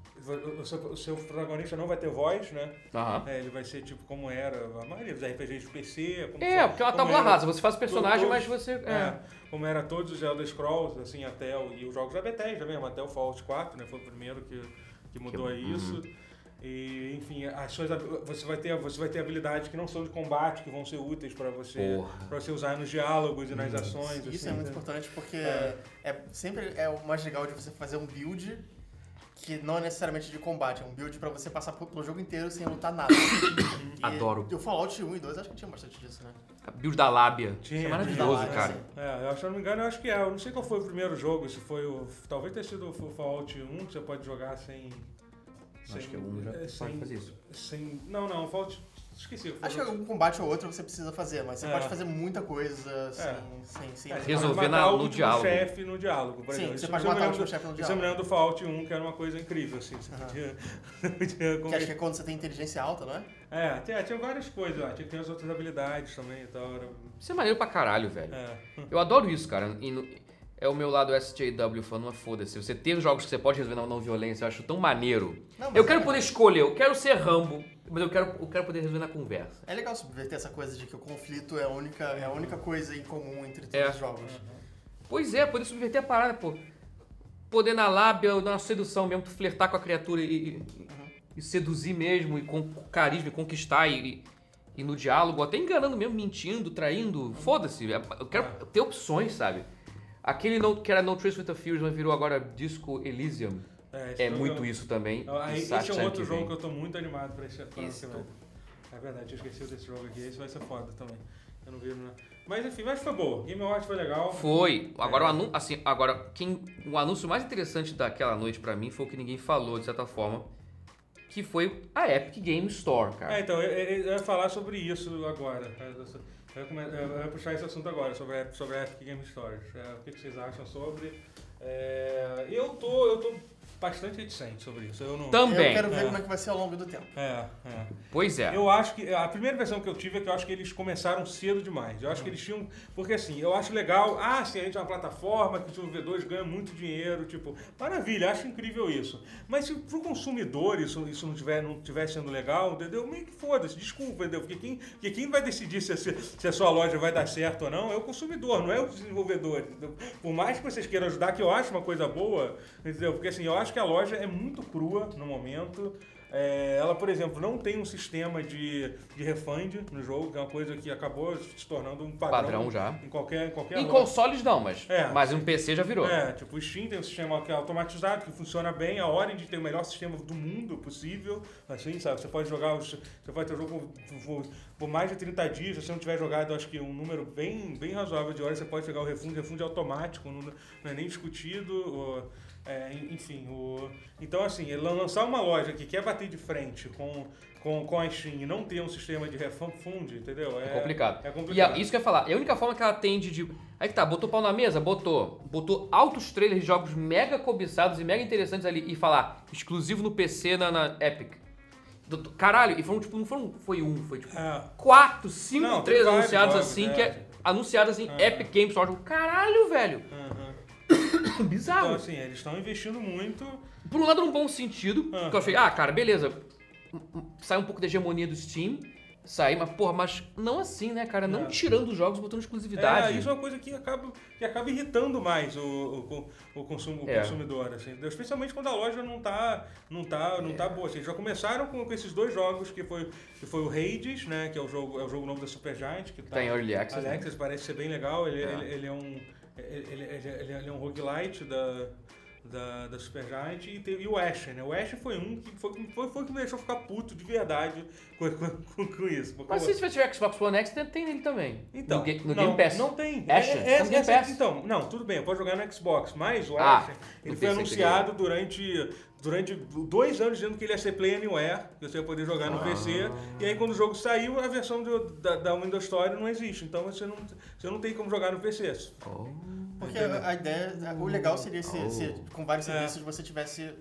o seu, o seu protagonista não vai ter voz, né? Aham. É, ele vai ser tipo como era a maioria dos RPGs de PC. Como É, foi- porque é uma como tábua era- rasa. Você faz o personagem, todos- mas você. É. é, como era todos os Elder Scrolls, assim, até o, e os jogos da Bethesda mesmo, até o Fallout 4, né? Foi o primeiro que, que mudou uhum. isso. E, enfim, as suas, habi- você, vai ter, você vai ter habilidades que não são de combate, que vão ser úteis pra você, Porra. pra você usar nos diálogos e nas ações. Isso assim, é muito né? importante porque é. sempre é o mais legal de você fazer um build que não é necessariamente de combate, é um build pra você passar pelo jogo inteiro sem lutar nada. E Adoro. O Fallout 1 e 2 acho que tinha bastante disso, né? A Build da lábia. Tinha, Isso é maravilhoso, tinha. cara. É, eu, se eu não me engano, eu acho que é. Eu não sei qual foi o primeiro jogo, se foi o. Talvez tenha sido o Fallout 1, que você pode jogar sem. sem Acho que é um já é, pode sem, fazer isso. sem- Não, não, Fallout. Esqueci. foi Acho que é no- algum combate ou outro você precisa fazer, mas você É. pode fazer muita coisa sem... É. sem, sem É, você Resolver pode na- matar no o último diálogo. chefe no diálogo, por Sim, exemplo. você Isso pode eu me matar o lembro- último chefe Isso no eu me diálogo. lembro do Fallout 1, que era uma coisa incrível, assim. Você Aham. podia... podia Que acho que conver- é quando você tem inteligência alta, não é? É, tinha, tinha várias coisas lá. Tinha que ter as outras habilidades também e tal. Era... Isso é maneiro pra caralho, velho. É. Eu adoro isso, cara. E no- É o meu lado SJW falando, mas foda-se. Você ter jogos que você pode resolver na não violência, eu acho tão maneiro. Não, mas Eu é quero legal. poder escolher, eu quero ser Rambo, mas eu quero, eu quero poder resolver na conversa. É legal subverter essa coisa de que o conflito é a única, é a única coisa em comum entre todos É. os jogos. Uhum. Pois é, poder subverter a parada, pô. Poder na lábia, na sedução mesmo, tu flertar com a criatura e, e- e seduzir mesmo, e com com carisma, e conquistar, e, e no diálogo, até enganando mesmo, mentindo, traindo, foda-se. é- Eu quero ter opções, sabe? Aquele no- que era No Trace with a Fuse, mas virou agora Disco Elysium. esse É jogo muito isso também. Ah, e Aí, esse Sachi é um ano outro que jogo vem. que eu tô muito animado pra esse ano que Isso. vai. É verdade, eu esqueci desse jogo aqui. Esse vai ser foda também. Eu não vi, né? Mas enfim, mas foi boa. Game Watch foi legal. Foi. Agora, o anúncio, assim, agora quem, o anúncio mais interessante daquela noite pra mim foi o que ninguém falou, de certa forma, que foi a Epic Game Store, cara. É, então, eu, eu- eu ia falar sobre isso agora. tá? Eu ia, come- eu ia puxar esse assunto agora, sobre a, sobre a Epic Game Stories. É, o que que vocês acham sobre? É, eu, tô, eu tô bastante reticente sobre isso. Eu não... Também. Eu quero ver É. como é que vai ser ao longo do tempo. É, é. Pois é. Eu acho que a primeira versão que eu tive é que eu acho que eles começaram cedo demais. Eu acho que eles tinham. Porque assim, eu acho legal. Ah, sim, a gente é uma plataforma que os desenvolvedores ganham muito dinheiro. Tipo, maravilha, acho incrível isso. Mas se pro consumidor isso, isso não estiver não tiver sendo legal, entendeu? Meio que foda-se, desculpa, entendeu? Porque quem, porque quem vai decidir se, a- se, se a sua loja vai dar certo ou não é o consumidor, não é o desenvolvedor. entendeu? Por mais que vocês queiram ajudar, que eu acho uma coisa boa, entendeu? Porque assim, eu acho que a loja é muito crua no momento. É, ela, por exemplo, não tem um sistema de, de refund no jogo, que é uma coisa que acabou se tornando um padrão, Padrão já. em qualquer, em qualquer Em loja. consoles não, mas, É. mas um PC já virou. É, tipo, o Steam tem um sistema que é automatizado, que funciona bem, a Origin tem o melhor sistema do mundo possível, assim, sabe? Você pode jogar, os- você pode ter o jogo por- por, por mais de 30 dias, se você não tiver jogado, acho que um número bem, bem razoável de horas, você pode pegar o refund, o refund é automático, não, não é nem discutido, ou- é, en- enfim, o... Então, assim, ele lan- lançar uma loja que quer bater de frente com... Com, com a Steam e não ter um sistema de refund, entendeu? É complicado. É complicado. E a- isso que eu ia falar, é a única forma que ela atende de. Aí que tá, botou o pau na mesa? Botou. Botou altos trailers de jogos mega cobiçados e mega interessantes ali e falar exclusivo no PC na, na Epic. Doutor- Caralho, e foram tipo, não foram, foi um, foi tipo. É. Quatro, cinco, Não, tem três vários anunciados jogos, assim, é. que é, anunciados assim, Epic Games Store. Eu digo, Caralho, velho. é Aham. Bizarro. Então, assim, eles estão investindo muito. Por ah, hum, um lado, num bom sentido, porque eu achei, ah, cara, beleza, sai um pouco da hegemonia do Steam, sair, mas, porra, mas não assim, né, cara? Não tirando os jogos, botando exclusividade. É, isso é uma coisa que acaba, que acaba irritando mais o, o, con- o consumo, o É. consumidor, assim, entendeu? especialmente quando a loja não tá, não tá, não É. tá boa. Assim, eles já começaram com, com esses dois jogos, que foi, que foi o Hades, né, que é o jogo, é o jogo novo da Supergiant, que tá, Tá em Early Access, né? Alexis parece ser bem legal, ele É. ele- ele é, um ele, ele- ele- ele é um roguelite da da, da Supergiant e, teve- e o Ash, né? O Ash foi um que foi, foi, foi que me deixou ficar puto de verdade com, com- com- com isso. Porque Mas eu- se você tiver Xbox One X, tem, tem ele também. então, no, Ga- no não, Game Pass. Não tem. Ash, tá no Game essa- Pass. Então, não, tudo bem, eu posso jogar no Xbox, mas o Ah, Ash, ele não foi tem esse anunciado durante, durante dois anos dizendo que ele ia ser Play Anywhere, que você ia poder jogar no PC, e aí quando o jogo saiu, a versão do- da, da Windows Store não existe, então você não, você não tem como jogar no PC. Oh. Porque a a ideia, o legal seria se, se com vários É. serviços você tivesse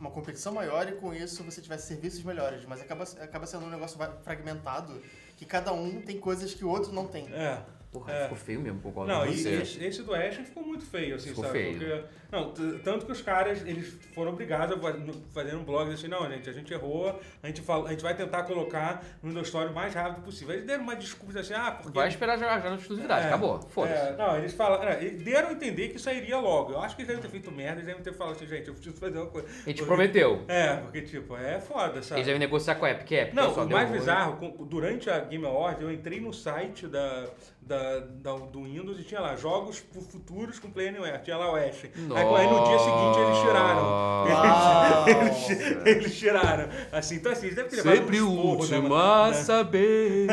uma competição maior e com isso você tivesse serviços melhores, mas acaba, acaba sendo um negócio va- fragmentado que cada um tem coisas que o outro não tem. É. Porra, É. ficou feio mesmo, concordo não, com e- você. esse, esse do Ash ficou muito feio, assim, Ficou sabe? feio. Porque- não, t- tanto que os caras, eles foram obrigados a fa- no- fazer um blog assim, não, gente, a gente errou, a gente, fala, a gente vai tentar colocar no Windows Store o mais rápido possível. Eles deram uma desculpa assim, ah, porque... Vai esperar jogar já na exclusividade, É, acabou. Foda-se. é, não, eles falaram, é, eles deram a entender que sairia logo. Eu acho que eles devem ter feito merda, eles devem ter falado assim, gente, eu preciso fazer uma coisa. A gente Porque- prometeu. É, porque, tipo, é foda, sabe? Eles devem negociar com a Epic, que a Epic Não, É, só o deu um mais ruim. bizarro, com- durante a Game Awards, eu entrei no site da, da, da- do Windows e tinha lá jogos fu- futuros com Play Anywhere, tinha lá o Ash. Aí, aí no dia seguinte eles tiraram. Eles- Uau! Eles, eles tiraram. Assim, então assim, eles devem ter levado Sempre um o esporro, né, último mano? a saber.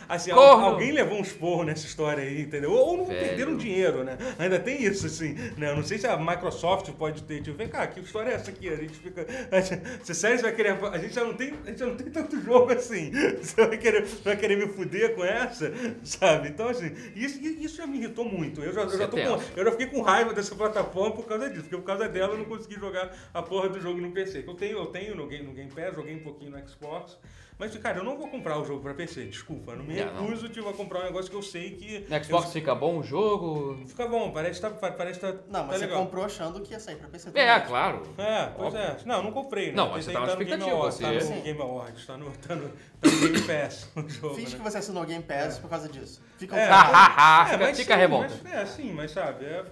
Assim, al- Corno! alguém levou um esporro nessa história aí, entendeu? Ou, ou não Velho. perderam dinheiro, né? Ainda tem isso, assim, né? Eu não sei se a Microsoft pode ter, tipo, vem cá, que história é essa aqui? A gente fica... a gente- Você sério vai querer... A gente já não tem, a gente já não tem tanto jogo assim. Você vai querer, vai querer me fuder com essa? Sabe? Então, assim, isso, isso já me irritou muito. Eu já, eu Você já tô tem. com, eu já fiquei com raiva dessa plataforma por causa disso, porque por causa dela eu não consegui jogar a porra do jogo no PC. Que Eu tenho, eu tenho no Game, no Game Pass, joguei um pouquinho no Xbox. Mas, cara, eu não vou comprar o jogo pra PC, desculpa. Eu não me Não, não. recuso de eu comprar um negócio que eu sei que. No Xbox eu- fica bom o jogo? Fica bom, parece que tá. Parece que tá Não, mas tá você legal. comprou achando que ia sair pra PC também. É, claro. É, pois Óbvio. é. Não, não comprei. Né? Não, mas Esse você aí tá na no Game expectativa, Awards, você- é. Tá Sim. no Game Awards, tá no, tá no, tá no Game Pass o jogo. Finge né? que você assinou o Game Pass por causa disso. Fica um É. Ha, cara- ha, ha. Fica, mas fica sim, revolta. mas- é, sim, mas sabe, é,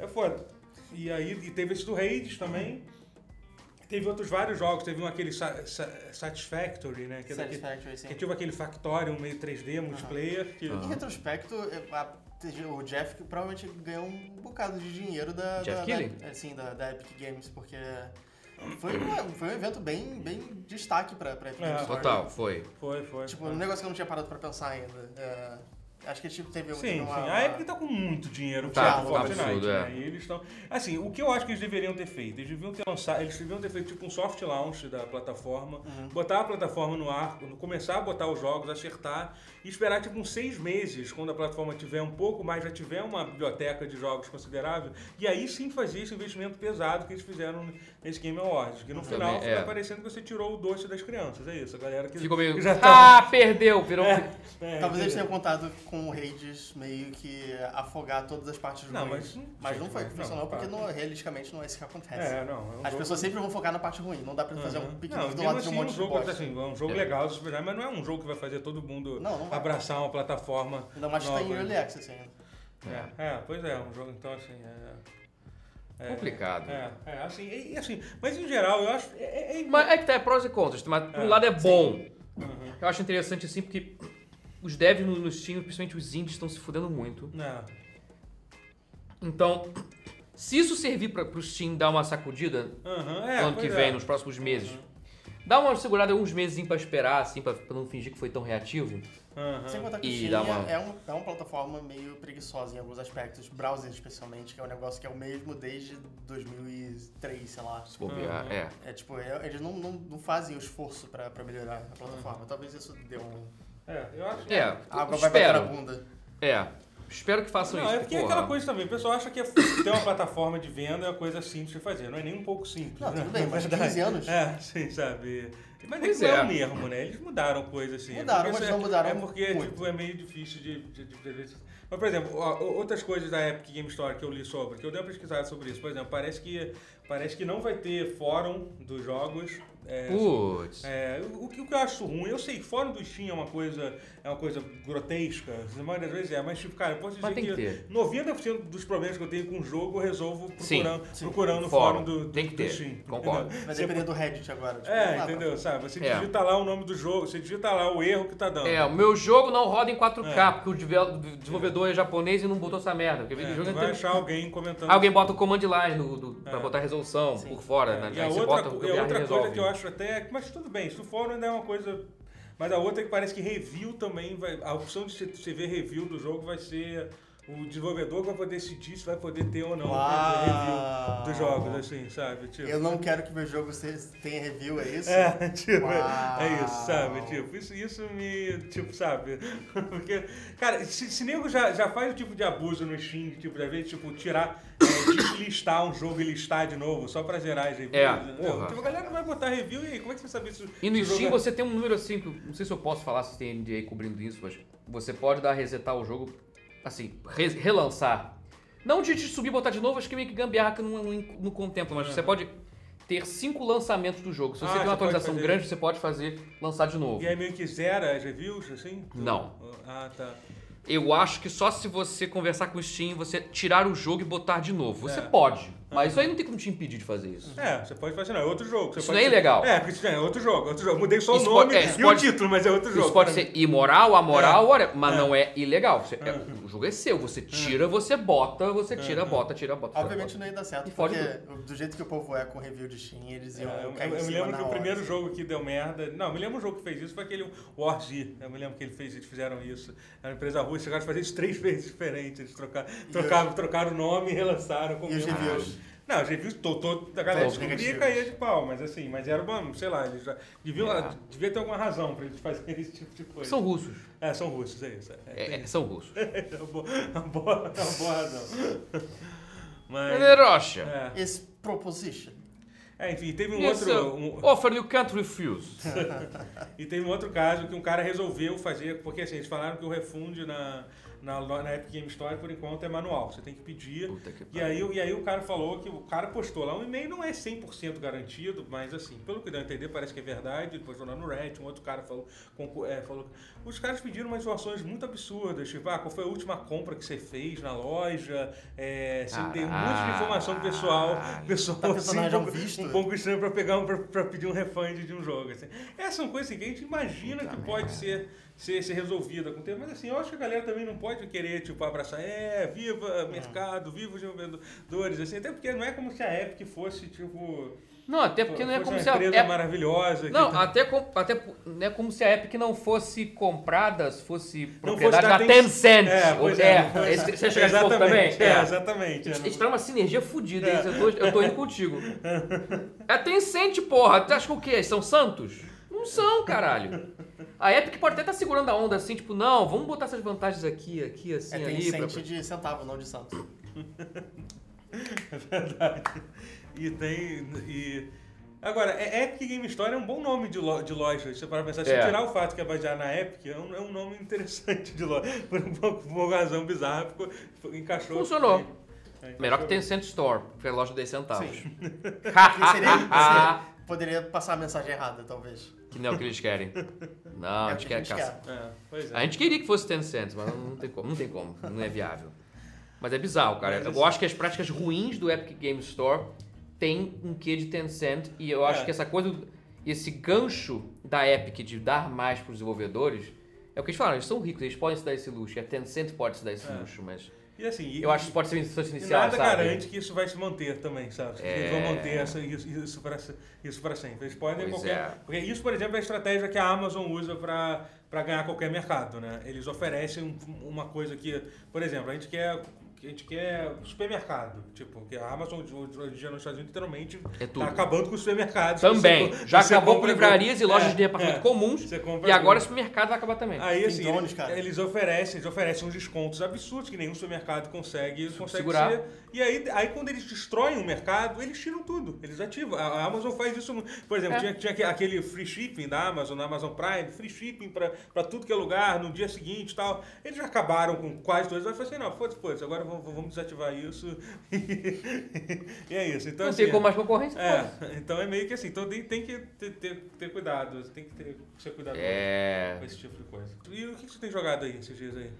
é foda. E aí e teve esse do Hades também. Teve outros vários jogos, teve um aquele sa- sa- Satisfactory, né? Que, é daquele- Satisfactory, sim. que é tipo aquele Factorium meio 3D, multiplayer. Que, Ah. Em retrospecto, eu- a- te- o Jeff que provavelmente ganhou um bocado de dinheiro da, Jeff da, Keighley? da- é, sim, da, da Epic Games, porque foi, um- foi um evento bem, bem destaque pra, pra Epic É, Games. Store. Total, foi. Foi, foi. Tipo, foi. um negócio que eu não tinha parado pra pensar ainda. É, acho que tipo, teve, Sim, teve sim. uma... A Epic tá com muito dinheiro Tá, pro tá Fortnite, absurdo, né? é. E eles estão. Assim, o que eu acho que eles deveriam ter feito? Eles deviam ter lançado. Eles deviam ter feito tipo um soft launch da plataforma, Uhum. botar a plataforma no ar, começar a botar os jogos, acertar, e esperar tipo uns seis meses, quando a plataforma tiver um pouco mais, já tiver uma biblioteca de jogos considerável, e aí sim fazer esse investimento pesado que eles fizeram nesse Game Awards. Que no final Também, fica é. Tipo, parecendo que você tirou o doce das crianças. É isso, a galera que. Ficou meio. que já tá. Ah, perdeu, virou. É, Talvez eles entendeu? tenham contado com o Hades meio que afogar todas as partes Não, ruins. mas- não foi Não, funcional, porque tá. não, realisticamente não é isso que acontece. É, não. é um As jogo- pessoas sempre vão focar na parte ruim, não dá pra fazer um Aham. piquenique do mesmo lado de um assim, monte um de jogo, bosta. assim, é um jogo legal, super legal, mas não é um jogo que vai fazer todo mundo Não, não vai. abraçar uma plataforma. Ainda mais que tá nova. né? em Early Access ainda. É, é, pois é, um jogo então assim. É, é- Complicado. É, é, assim, e, e assim, mas em geral eu acho. É, é- é- Mas é que tá, é prós e contras. Mas por um É, lado é bom. Uhum. Eu acho interessante assim, porque os devs no- nos times, principalmente os indies, estão se fudendo muito. É. Então, se isso servir pra, pros times dar uma sacudida Aham, é, ano pois que é. Uhum. vem, nos próximos meses, dá uma segurada alguns meses pra esperar, assim, pra, pra não fingir que foi tão reativo. Aham. Sem contar que o E Steam dá uma- é, é um- é uma plataforma meio preguiçosa em alguns aspectos, browser especialmente, que é um negócio que é o mesmo desde 2003, sei lá. Se bobear, Uhum. é. É tipo, é- eles não, não, não fazem o esforço pra, pra melhorar a plataforma. Talvez isso deu um... É, eu acho. É, A água vai bater na espero. bunda. É. Espero que façam Não, isso. é porque é porra. aquela coisa também, o pessoal acha que é- ter uma plataforma de venda é uma coisa simples de fazer, não é nem um pouco simples. Não, né? tudo bem, mas Na verdade. 15 anos. É, sim, sabe? Mas Pois eles é. é. o mesmo, né? Eles mudaram coisas assim. Mudaram, Porque mas isso é- não mudaram É porque muito. tipo, é meio difícil de, de, de- de- de- Mas, por exemplo, ó, ó, outras coisas da Epic Game Store que eu li sobre, que eu dei uma pesquisada sobre isso. Por exemplo, parece que, parece que não vai ter fórum dos jogos É, Putz. é, o, o que o que eu acho ruim, eu sei que fora do Steam é uma coisa, é uma coisa grotesca, a maioria das vezes é, mas tipo, cara, eu posso dizer Mas tem que que, ter. 90% dos problemas que eu tenho com o jogo eu resolvo Sim, procurando, procurando no fórum Fórum. do, do, Tem que do ter. Steam. Concordo. entendeu? Vai Você- depender do Reddit agora. tipo, é, lá, entendeu? Sabe, você É. digita lá o nome do jogo, você digita lá o erro que tá dando. É, o meu jogo não roda em 4K, É. porque o devel- desenvolvedor é japonês e não botou essa merda. Porque É, o jogo tu não vai tem... achar alguém comentando. Alguém bota o command line no, do- pra É. botar a resolução por fora, né? E a Aí você outra, bota o e a gambiarra outra coisa é e resolve. que eu acho até. Mas tudo bem, isso fórum ainda é uma coisa. Mas a outra é que parece que review também vai. A opção de você- você ver review do jogo vai ser. O desenvolvedor que vai poder decidir se vai poder ter ou não né, Uau. review dos jogos, assim, sabe? Tipo. Eu não quero que meu jogo se- tenha review, é isso? É, tipo, Uau. é isso, sabe? Tipo, isso, isso me. Tipo, sabe? Porque, cara, se, se nego já, já faz o tipo de abuso no Steam, tipo, às vezes, tipo, tirar, é, deslistar um jogo e listar de novo, só pra gerar as reviews. É, entendeu? porra. Tipo, a galera vai botar review e aí, como é que você sabe isso? E no Steam você tem um número assim, que eu não sei se eu posso falar se tem NDA cobrindo isso, mas você pode dar resetar o jogo, assim, re- relançar. Não de, de subir e botar de novo, acho que meio que gambiarra que não, não, não contempla, mas você pode ter cinco lançamentos do jogo. Se É. Ah, você tem uma você pode atualização fazer grande, você pode fazer, lançar de novo. E aí meio que zera as reviews, assim? Não. Ah, tá. Eu acho que só se você conversar com o Steam, você tirar o jogo e botar de novo. Você É. pode, mas isso aí não tem como te impedir de fazer isso. É, você pode fazer, não, é outro jogo. Você Isso pode não é ser- ilegal. É, porque isso é outro jogo, outro jogo. Mudei só Isso o nome pode- é, isso e pode- o título, mas é outro jogo. Isso pode pra mim. ser imoral, amoral, É. Hum, whatever, mas não é ilegal. Você- é, o jogo é seu. Você tira, você bota, você tira, bota, tira, bota. tira, Obviamente bota. não ia dar certo, E fode porque do jeito que o povo é com review de Steam, eles iam É, eu, eu- cair eu em me cima lembro na que o hora, primeiro assim. jogo que deu merda. Não, eu me lembro o jogo que fez isso foi aquele Orgy. Eu me lembro que ele fez, eles fizeram isso. Era uma empresa russa, chegaram a fazer isso três vezes diferente. Eles troca- trocaram, trocaram o nome e relançaram com o E os mesmo reviews? nome. Não, os reviews, to- to- a galera Todos descobria e negativos. caía de pau, mas assim, mas era uma, sei lá, eles já deviam, Ah. É. devia ter alguma razão pra eles fazerem esse tipo de coisa. São russos. É, são russos, é isso. É, É, tem- é, são russos. é uma boa, é uma boa, é uma boa razão. Mas. Rocha. É. Esse proposition. É, enfim, teve um outro. Yes, sir. um- Offer you can't refuse. E teve um outro caso que um cara resolveu fazer, porque assim, eles falaram que o refund na, na, lo- na Epic Game Store, por enquanto, é manual. Você tem que pedir. Puta que E aí, o- e aí o cara falou que o cara postou lá um e-mail, não é 100% garantido, mas assim, pelo que deu a entender, parece que é verdade. Ele postou lá no Reddit, um outro cara falou, concu- é, falou os caras pediram umas informações muito absurdas, tipo, ah, qual foi a última compra que você fez na loja, é, você tem um monte de informação do pessoal, Caralho. pessoal Tá pensando em arranjar um pouco- visto? um pouco estranho pra, pegar um, pra, pra pedir um refund de um jogo. Assim. Essa é uma coisa assim, que a gente imagina que pode ser, ser, ser resolvida com o tempo, mas assim, eu acho que a galera também não pode querer, tipo, abraçar, é, viva mercado, viva os desenvolvedores, assim, até porque não é como se a Epic fosse, tipo, Não, até porque não é fosse como uma se a empresa Epic- maravilhosa. que Não, tá- até, com- até po- não é como se a Epic não fosse comprada, se fosse propriedade da da Ten- Tencent. É, pois é, não é, fosse- esse- você acha que esse povo também? Exatamente, é, exatamente. é, Eles não- eles têm uma tá sinergia fodida, hein? eu, tô, eu tô indo contigo. É Tencent, porra. Tu acha que o quê? São santos? Não são, caralho. A Epic pode até estar segurando a onda assim, tipo, não, vamos botar essas vantagens aqui, aqui, assim, É, tem ali. pra- cento de centavo, não de santo. E tem. E... Agora, é- Epic Game Store é um bom nome de, lo- de loja. Se você parar pra pensar, se É. tirar o fato que é baseado na Epic, é um, é um nome interessante de loja. Por, um, por uma razão bizarra, ficou, ficou- encaixou. Funcionou. É, encaixou Melhor que bem. Tencent Store, que é a loja de 10 centavos. Sim. Que seria, seria- poderia passar a mensagem errada, talvez. que não é o que eles querem. Não, É a o gente que a quer gente caça. quer. É, pois é. A gente queria que fosse Tencent, mas não tem como, não tem como, não é viável. Mas é bizarro, cara. Mas Eu assim- acho que as práticas ruins do Epic Game Store tem um quê de Tencent e eu acho É. que essa coisa, esse gancho da Epic de dar mais pros desenvolvedores é o que eles falaram, eles são ricos, eles podem se dar esse luxo. E a Tencent pode se dar esse É. luxo, mas E assim, e- eu acho que isso pode ser uma instância e inicial, nada sabe? garante que isso vai se manter também, sabe? Eles É. vão manter essa- isso, isso para isso pra sempre. Eles podem Pois qualquer. é. Porque isso, por exemplo, é a estratégia que a Amazon usa para para ganhar qualquer mercado, né? Eles oferecem um- uma coisa que, por exemplo, a gente quer a gente quer supermercado, tipo, que a Amazon hoje hoje em dia nos Estados Unidos literalmente É tudo. tá acabando com os supermercados. Também. Você co- Já você acabou com compra- livrarias e lojas É, de departamento é. comuns Você compra e agora tudo. o supermercado vai acabar também. Aí, assim, drones, eles, cara. eles oferecem, eles oferecem uns descontos absurdos que nenhum supermercado consegue, consegue Segurar. ser. E aí, aí, quando eles destroem o mercado, eles tiram tudo, eles ativam. A a Amazon faz isso. mu- Por exemplo, É. tinha, tinha aque- aquele free shipping da Amazon, na Amazon Prime, free shipping pra pra tudo que é lugar, no dia seguinte e tal. Eles já acabaram com quase todos. Aí eu falei assim: não, foda-se, foda-se, agora vamos, vamos desativar isso. e é isso. Então, não assim, tem como mais concorrência, foda-se. é, então é meio que assim, então tem, tem que ter, ter, ter cuidado, tem que ter, ser cuidadoso É. com esse tipo de coisa. E o que que você tem jogado aí esses dias aí?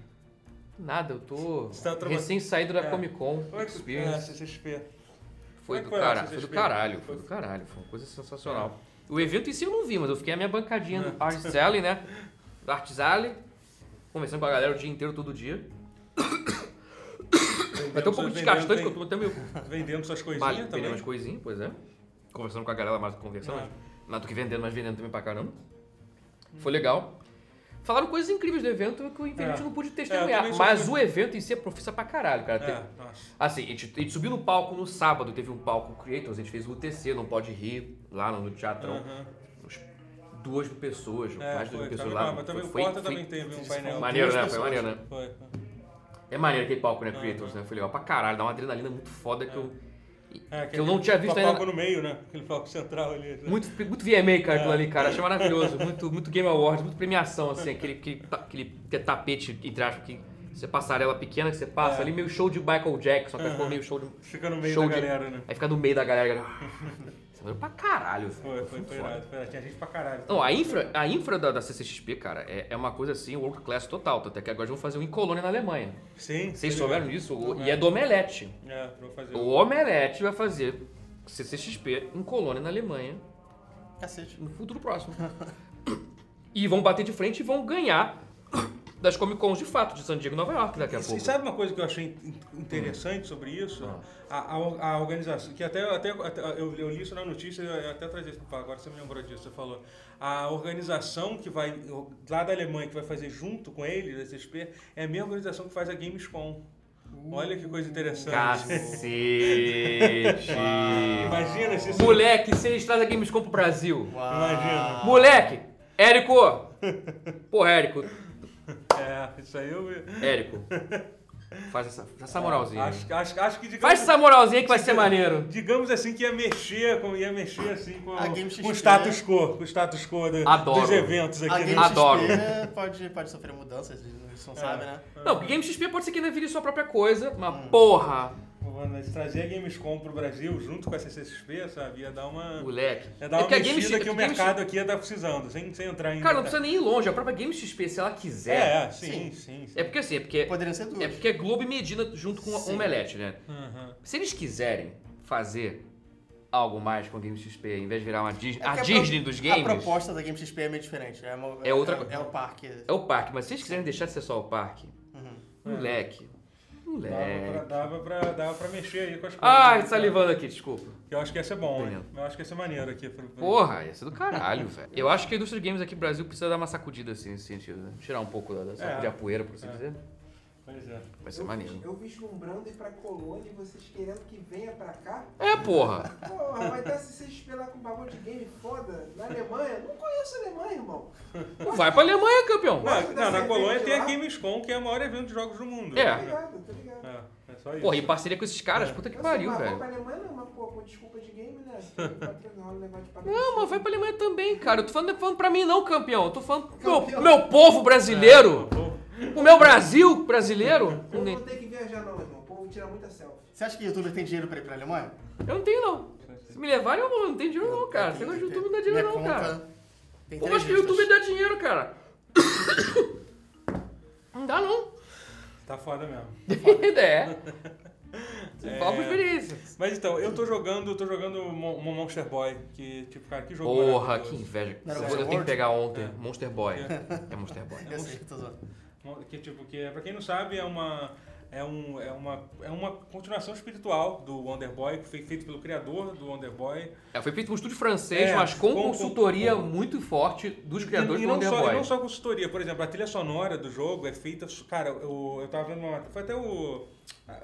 Nada, eu tô Você tá trabalhando- recém saído da É. Comic Con Como é que é, Experience. CCXP? como Foi é do que foi lá, caralho, você foi do fez? caralho, foi Foi- É. do caralho, foi uma coisa sensacional. O evento em si eu não vi, mas eu fiquei a minha bancadinha do Art Alley, né? Do Art Alley, conversando com a galera o dia inteiro, todo dia. Vai ter um Vendendo- pouco vendendo- desgastante, porque eu tô até meio Vendendo suas Vale, coisinhas vendendo também. umas coisinhas, pois é. Conversando com a galera mais do que conversando, Ah. mas mais do que vendendo, mas vendendo também pra caramba. Foi legal. Falaram coisas incríveis do evento que eu infelizmente É. não pude É, eu testemunhar. também só mas fui- o evento em si é profissa pra caralho, cara. Tem- É, nossa. Assim, a gente, a gente subiu no palco no sábado, teve um palco Creators, a gente fez o UTC, não pode rir, lá no, no teatrão. Aham. Uns duas mil pessoas, É, Então, mais de foi, duas mil pessoas tá lá. legal, mas também o foi, Porta foi, também teve um painel. maneiro, Duas né? Foi pessoas. maneiro, né? Foi. É maneiro aquele palco, né? Aham. Creators, né? Foi legal pra caralho, dá uma adrenalina muito foda que eu. É, Que eu não tinha visto ainda. ainda. no meio, né? Aquele palco central ali. né? Muito, muito VMA, cara, É. aquilo ali, cara. Achei maravilhoso. Muito, muito Game Awards, muito premiação, assim. Aquele, aquele, ta- aquele tapete, entre aspas, que você passarela pequena que você passa É. ali, meio show de Michael Jackson, só que ficou Aham. meio show de... Fica no meio show da de- galera, né? Aí fica no meio da galera, a galera... Isso é pra caralho, velho. Foi, foi, foi foda. irado, foi irado. Tinha gente pra caralho. Não, a infra, a infra da, da CCXP, cara, é, é uma coisa assim, world class total. Tanto é que agora eles vão fazer um em Colônia na Alemanha. Sim. Vocês tá souberam ligado? disso? O- E é do Omelete. É, vou fazer. O Omelete vai fazer CCXP em Colônia na Alemanha é. Cacete. no futuro próximo. e vão bater de frente e vão ganhar das Comic Cons de fato, de San Diego e Nova York daqui a E pouco. sabe uma coisa que eu achei in- interessante sobre isso? Ah. A, a- a organização, que até, até, até- eu, eu li isso na notícia, eu eu até trazer isso pra falar, agora você me lembrou disso, você falou. A organização que vai, lá da Alemanha, que vai fazer junto com ele, da CSP, é a mesma organização que faz a Gamescom. Olha que coisa interessante. Cacete! Imagina se isso... Moleque, se eles trazem a Gamescom pro Brasil. Uau. Imagina. Moleque! Érico! Porra, Érico. É, isso aí eu... Érico. Faz essa, faz essa moralzinha. aí. Acho, acho, acho que digamos, Faz essa moralzinha que vai ser maneiro. digamos assim que ia mexer com ia mexer assim com, A Game XP, com o status quo, com o status quo do- Adoro. dos eventos né? A aqui. Game né? Adoro. XP pode, pode sofrer mudanças, eles É. não sabem, né? Não, porque Game XP pode ser que ainda vire sua própria coisa, mas porra! Mas trazer a Gamescom pro Brasil junto com a CCXP, sabe? Ia dar uma. Moleque. Ia dar uma porque a mexida Game X- que o Game X- mercado aqui ia estar precisando, sem, sem entrar em. Cara, não precisa nem ir longe, a própria Game XP, se ela É, quiser. é, sim, sim. sim. É porque assim, é porque Poderiam ser duas. é, porque é Globo e Medina junto com o Sim. Omelete, né? Aham. Se eles quiserem fazer algo mais com a Game XP, em vez de virar uma Disney, É a porque Disney pro- dos A games, proposta da Game XP é meio diferente. É, uma- É outra É, é o parque. é o parque. Mas se eles quiserem deixar de ser só o parque, Uhum. moleque, Dava, pra, moleque... dava, pra, dava pra mexer aí com as coisas. É. Ai, né? salivando aqui, desculpa. Eu acho que ia ser bom, hein? Entendendo. Eu acho que ia ser maneiro aqui. pro- pro- Porra, ia ser do caralho, velho. Eu acho que a indústria de games aqui no Brasil precisa dar uma sacudida assim nesse sentido, né? Tirar um pouco da, da sacudir a poeira, por assim É. dizer. Pois é. Vai ser maneiro. Eu vislumbrando ir pra colônia e vocês querendo que venha pra cá? É, porra. Porra, vai dar se vocês esperar com um bagulho de game foda na Alemanha? Não conheço a Alemanha, irmão. Vai pra Alemanha, campeão. Não, não, na Você Colônia vende tem a lá? Gamescom, que é o maior evento de jogos do mundo. É. Tá ligado, tá ligado. É, é só isso. Porra, e parceria com esses caras, puta que Eu sei, pariu, mas velho. vou pra Alemanha não, mas pô, com desculpa de game, né? Se tem patrocinador, o negócio de patrocínio. Não, mas vai pra Alemanha também, cara. Eu tô falando, falando pra mim não, campeão. Eu tô falando pro meu, Campeão. meu povo brasileiro. O meu Brasil brasileiro. O povo não tem que viajar não, irmão. O povo tira muita selfie. Você acha que o youtuber tem dinheiro pra ir pra Alemanha? Eu não tenho, não. Se me levarem, eu vou. Não tem dinheiro, não, cara. Você gosta de YouTube, não dá dinheiro, não, cara. é Como acho que o YouTube dá dinheiro, cara? Não dá, não. Tá foda mesmo. é. Fala por experiência. Mas então, eu tô jogando, tô jogando Mo- Mo- Monster Boy, que, tipo, cara, que jogo Porra, maravilhoso. que inveja. Não era Eu Monster tenho que World? pegar ontem. Monster Boy. É Monster Boy. Eu sei, tô zoando. Que tipo, que é- pra quem não sabe, é uma. É, um, é, uma, é uma continuação espiritual do Wonder Boy, que foi feito pelo criador do Wonder Boy. É, foi feito por um estúdio francês, É, mas com, com- consultoria muito forte dos criadores e, e do não Wonder só, Boy. E não só consultoria, por exemplo, a trilha sonora do jogo é feita. Cara, eu, eu tava vendo uma. Foi até o.